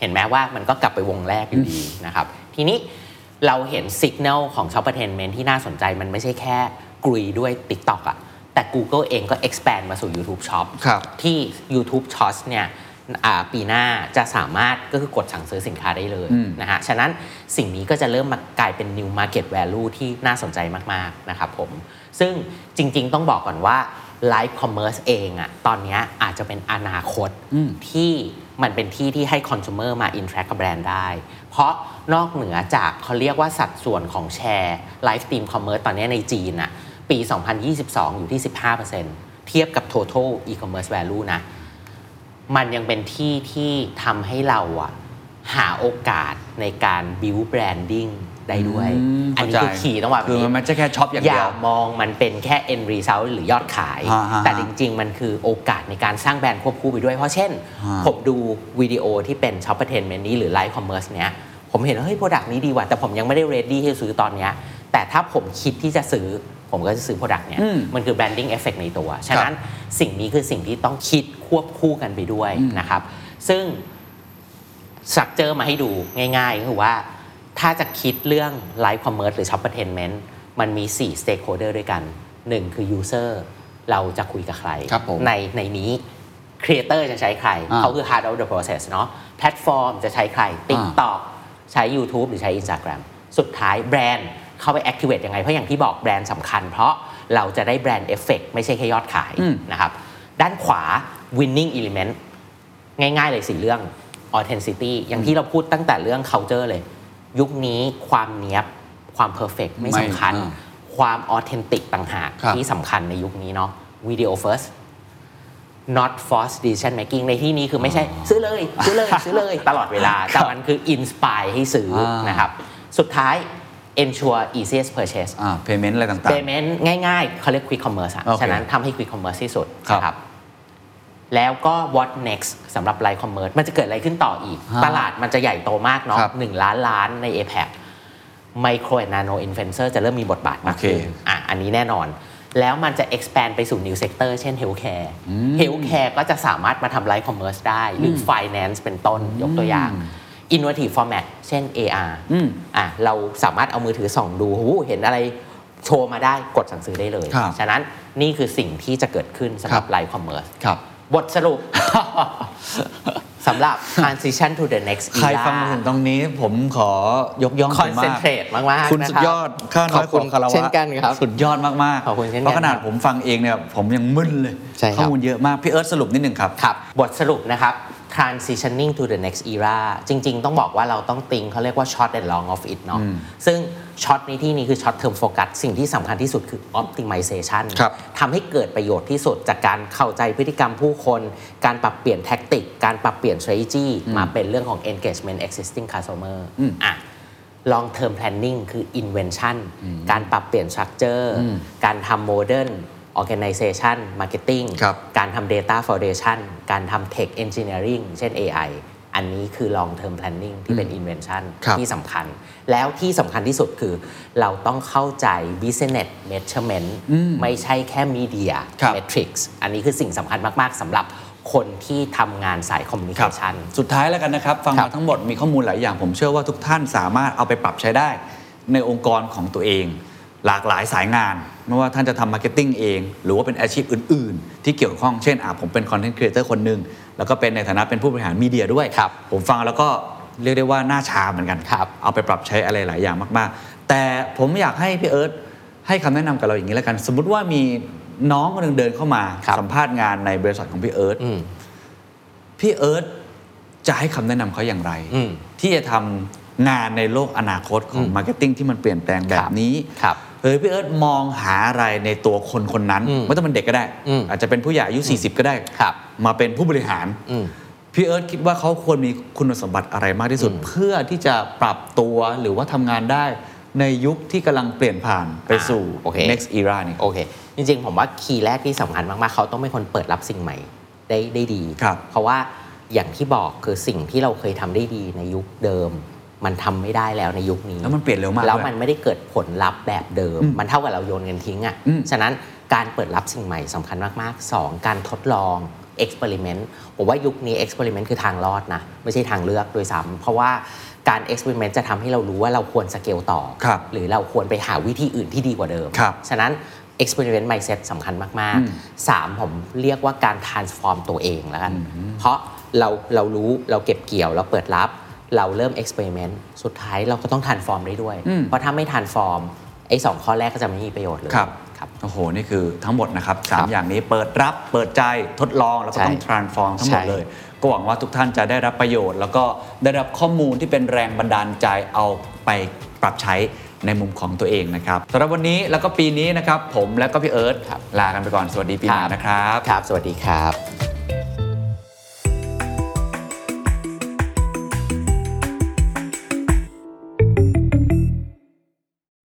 Speaker 1: เห็นไหมว่ามันก็กลับไปวงแรกอยู่ดีนะครับ ทีนี้เราเห็นสัญญาณของช็อปเปอร์เทนเมนที่น่าสนใจมันไม่ใช่แค่กลุยด้วย TikTok อะแต่ Google เองก็ expand มาสู่ YouTube Shop
Speaker 2: ครับ
Speaker 1: ที่ YouTube Shorts เนี่ยอ่าปีหน้าจะสามารถก็คือกดสั่งซื้อสินค้าได้เลย
Speaker 2: อืม
Speaker 1: นะฮะ ฉะนั้นสิ่งนี้ก็จะเริ่มมากลายเป็น new market value ที่น่าสนใจมาก ๆ นะครับผม ซึ่งจริง ๆ ต้องบอกก่อนว่า live commerce เองอะตอนเนี้ยอาจจะเป็นอนาคตที่มันเป็นที่ที่ให้ consumer มา interact กับแบรนด์ได้ เพราะนอกเหนือจากเขาเรียกว่าสัดส่วนของแชร์ live stream commerce ตอนเนี้ยในจีนอะปี 2022 อยู่ที่ 15%เทียบกับ total e-commerce value นะ มันยังเป็นที่ที่ทำให้เราอะหาโอกาสในการ build branding ได้ด้วย
Speaker 2: อืม
Speaker 1: อันนี้คือ
Speaker 2: เข้าใจ
Speaker 1: ขีย์ต้องว่าแบบ
Speaker 2: คือมันไม่ใช่แค่ช็อปอย่างเดียว
Speaker 1: อย่ามองมันเป็นแค่ end result หรือยอดขาย
Speaker 2: อ่าฮะ
Speaker 1: แต่จริง ๆ มันคือโอกาสในการสร้างแบรนด์ควบคู่ไปด้วย เพราะเช่น
Speaker 2: อ่า
Speaker 1: ผมดูวิดีโอที่เป็น shop entertainment นี้หรือ live commerce เนี้ย ผมเห็นว่าเฮ้ย product นี้ดีว่ะ แต่ผมยังไม่ได้ ready ที่จะซื้อตอนเนี้ย แต่ถ้าผมคิดที่จะซื้อ ผมก็จะซื้อ product เนี้ย
Speaker 2: อืม
Speaker 1: มันคือ branding effect ในตัว ฉะนั้นสิ่งนี้คือสิ่งที่ต้องคิดควบคู่กันไปด้วยนะครับ ซึ่ง สตรัคเจอร์มาให้ดูง่ายๆก็คือว่าถ้าจะคิดเรื่องไลฟ์คอมเมอร์ e หรือช็อปเปอร์เทนเมนต์มันมี 4 สเต็กโฮเดอร์ด้วยกัน 1 คือ User เราจะคุยกับใคร
Speaker 3: ครับผม
Speaker 1: ในในนี้ครีเอเตอร์จะใช้ใคร
Speaker 3: อ่า
Speaker 1: เขาคือ hard of the process เนาะแพลตฟอร์มจะใช้ใคร TikTok ใช้ YouTube หรือใช้ Instagram สุดท้ายแบรนด์เข้าไป activate ยังไง เพราะอย่างที่บอกแบรนด์สำคัญ เพราะเราจะได้แบรนด์เอฟเฟกไม่ใช่แค่ยอดขาย
Speaker 2: อืม
Speaker 1: นะครับด้านขวา winning element ง่ายๆเลยสี่เรื่อง authenticity อย่างที่เราพูดตั้งแต่เรื่อง culture เลย ยุคนี้ความเนี้ยบ ความ perfect ไม่สำคัญ
Speaker 3: ไม่อ่า
Speaker 1: ความ authentic ต่างหาก
Speaker 3: ครับ
Speaker 1: ที่สำคัญในยุคนี้เนาะ video first not force decision making ในที่นี้คือไม่ใช่ ซื้อเลย ซื้อเลย ซื้อเลย ตลอดเวลา แต่มันคือ inspire ให้ซื้ออา นะครับ สุดท้าย ensure easiest purchase
Speaker 2: อ่า payment อะไรต่าง
Speaker 1: payment ง่ายๆเขาเรียก quick commerce อะ
Speaker 2: โอเค
Speaker 1: ฉะนั้นทำให้ quick commerce ที่สุด
Speaker 2: ครับ
Speaker 1: นะแล้วก็ what next สำหรับไลน์คอมเมอร์มันจะเกิดอะไรขึ้นต่ออีก
Speaker 3: ฮะ
Speaker 1: ตลาดมันจะใหญ่โตมากเนาะ
Speaker 3: ครับ
Speaker 1: หนึ่งล้านล้านใน APEC Micro and Nano Influencer จะเริ่มมีบทบาทมากขึ้น
Speaker 2: โอเค
Speaker 1: อ่ะอันนี้แน่นอน แล้วมันจะ expand ไปสู่ new sector เช่น healthcare healthcare ก็จะสามารถมาทำไลน์คอมเมอร์ได้ หรือ finance เป็นต้นยกตัวอย่าง innovative format เช่น AR
Speaker 2: อืม
Speaker 1: อ่ะเราสามารถเอามือถือส่องดูหูเห็นอะไรโชว์มาได้กดสั่งซื้อได้เลย
Speaker 3: ครับ
Speaker 1: ฉะนั้นนี่คือสิ่งที่จะเกิดขึ้นสำหรับ
Speaker 3: ครับ
Speaker 1: ไลฟ์คอมเมอร์ส
Speaker 3: ครับ
Speaker 1: บทสรุป สำหรับ transition to the next
Speaker 2: ๆ
Speaker 1: era
Speaker 2: ใครฟังมาถึงตรงนี้ผมขอยกย่อง
Speaker 1: ค
Speaker 2: คุ
Speaker 1: อน
Speaker 2: ณ
Speaker 1: เซน
Speaker 2: มาก
Speaker 1: เทรตมากๆ
Speaker 2: คุณ
Speaker 1: นะ
Speaker 2: สุ
Speaker 1: รั
Speaker 2: ด
Speaker 1: บ
Speaker 2: ยอดข้า
Speaker 1: ข
Speaker 2: น้อย
Speaker 1: อบ
Speaker 2: ข
Speaker 1: คุ
Speaker 2: อ
Speaker 1: ณ
Speaker 2: คารวะ
Speaker 1: เช่นกันครับ
Speaker 2: สุดยอดมากๆ
Speaker 1: ขอบคุณเช่นกัน
Speaker 2: เพราะขนาดผมฟังเองเนี่ยผมยังมึนเลย
Speaker 1: ใช่ครับ
Speaker 2: ข้อมูลเยอะมาก พี่เอิร์ธสรุปนิดหนึ่งครับ
Speaker 1: ครับบทสรุปนะครับ transitioning to the next era จริง ๆ ต้องบอกว่าเราต้องติงเขาเรียกว่า short and long of it เนาะ ซึ่งช็อตในที่นี้คือช็อตเท r มโฟกัสสิ่งที่สำคัญที่สุดคือ optimization
Speaker 2: ครับ
Speaker 1: ทำให้เกิดประโยชน์ที่สุดจากการเข้าใจพฤติกรรมผู้คน การปรับเปลี่ยนแท็กติก การปรับเปลี่ยน strategy มาเป็นเรื่องของ engagement existing customer อ่ะ long term planning คือ invention การปรับเปลี่ยน structure การทำ modern organization marketing
Speaker 2: ครับ
Speaker 1: การทำ Data Foundation การทำ Tech Engineering เช่น AI อันนี้คือ long term planning ที่เป็น invention
Speaker 3: ครับ
Speaker 1: ที่สำคัญ แล้วที่สำคัญที่สุดคือเราต้องเข้าใจ business measurement ไม่ใช่แค่ media
Speaker 2: ครับ
Speaker 1: metrics อันนี้คือสิ่งสำคัญมาก ๆสำหรับคนที่ทำงานสาย communication
Speaker 2: สุดท้ายแล้วกันนะครับ ฟังมาทั้งหมดมีข้อมูลหลายอย่าง ผมเชื่อว่าทุกท่านสามารถเอาไปปรับใช้ได้ ในองค์กรของตัวเอง หลากหลายสายงาน ไม่ว่าท่านจะทำมาร์เก็ตติ้งเอง หรือว่าเป็นอาชีพอื่น ๆ ที่เกี่ยวข้องเช่นอ่ะผมเป็นคอนเทนต์ครีเอเตอร์คนหนึ่งแล้วก็เป็นในฐานะเป็นผู้บริหารมีเดียด้วย
Speaker 1: ครับ
Speaker 2: ผมฟังแล้วก็เรียกได้ว่าหน้าชาเหมือนกัน
Speaker 1: ครับ
Speaker 2: เอาไปปรับใช้อะไรหลายอย่างมาก ๆ แต่ผมอยากให้พี่เอิร์ธให้คำแนะนำกับเราอย่างนี้แล้วกัน สมมติว่ามีน้องคนหนึงเดินเข้ามาสัมภาษณ์งานในบริษัทของพี่เอิร์ธ
Speaker 1: อืม
Speaker 2: พี่เอิร์ธจะให้คำแนะนำเขาอย่างไร
Speaker 1: อืม
Speaker 2: ที่จะทำงานในโลกอนาคตของ
Speaker 1: อืม
Speaker 2: มาร์เก็ตติ้งที่มันเปลี่ยนแปลงแบ
Speaker 1: ครับ บ
Speaker 2: นี้
Speaker 1: ครับ
Speaker 2: เออพี่เอิร์ธมองหาอะไรในตัวคนคนนั้น
Speaker 1: อืม
Speaker 2: ไม่ต้องเป็นเด็กก็ได้
Speaker 1: อืม
Speaker 2: อาจจะเป็นผู้ใหญ่อายุ 40 ก็ได้
Speaker 1: ครับ
Speaker 2: มาเป็นผู้บริหาร
Speaker 1: อืม
Speaker 2: พี่เอิร์ธคิดว่าเขาควรมีคุณสมบัติอะไรมากที่สุด
Speaker 1: อืม
Speaker 2: เพื่อที่จะปรับตัวหรือว่าทำงานได้ในยุคที่กำลังเปลี่ยนผ่านไป
Speaker 1: อ่า
Speaker 2: สู่
Speaker 1: โอเค
Speaker 2: next era นี่
Speaker 1: โอเค จริงๆ ผมว่าคีย์แรกที่สำคัญมาก ๆ เขาต้องเป็นคนเปิดรับสิ่งใหม่ได้ได้ดี
Speaker 2: ครับ
Speaker 1: เพราะว่าอย่างที่บอกคือสิ่งที่เราเคยทำได้ดีในยุคเดิม มันทำไม่ได้แล้วในยุคนี้
Speaker 2: แล้วมันเปลี่ยนเร็วมาก
Speaker 1: แล้ว
Speaker 2: ด้วย
Speaker 1: มันไม่ได้เกิดผลลัพธ์แบบเดิม มันเท่ากับเราโยนเงินทิ้งอะ่ะ
Speaker 2: อืม
Speaker 1: ฉะนั้นการเปิดรับสิ่งใหม่สำคัญมาก ๆ 2 การทดลอง experiment ผมว่ายุคนี้ experiment คือทางรอดนะไม่ใช่ทางเลือกโดวยซ้ำเพราะว่าการ experiment จะทำให้เรารู้ว่าเราควรสเกลต่อ
Speaker 2: ครับ
Speaker 1: หรือเราควรไปหาวิธีอื่นที่ดีกว่าเดิม
Speaker 2: ครับ
Speaker 1: ฉะนั้น experiment mindset สำคัญมาก ๆ 3 ผมเรียกว่าการ transform ตัวเองแล้วกัน เพราะเราเรารู้เราเก็บเกี่ยวเราเปิดรับ เราเริ่ม experiment สุดท้ายเราก็ต้อง transform ได้ด้วย
Speaker 2: อืม
Speaker 1: เพราะถ้าไม่ transform ไอ้สองข้อแรกก็จะไม่มีประโยชน์เลย
Speaker 2: ครับ
Speaker 1: ครับ
Speaker 2: โอ้โห นี่คือทั้งหมดนะครับสาม
Speaker 1: ครับ
Speaker 2: อย่างนี้เปิดรับเปิดใจทดลอง แล้วก็ต้อง
Speaker 1: ใช่
Speaker 2: transform ทั้งหมด
Speaker 1: ใช่
Speaker 2: เลย ก็หวังว่าทุกท่านจะได้รับประโยชน์ แล้วก็ได้รับข้อมูลที่เป็นแรงบันดาลใจเอาไปปรับใช้ในมุมของตัวเองนะครับสำหรับวันนี้แล้วก็ปีนี้นะครับ ผมและก็พี่เอิร์ธ
Speaker 1: ครับ
Speaker 2: ลากันไปก่อนสวัสดีปีใหม่นะครับ
Speaker 1: ครับ สวัสดีครับ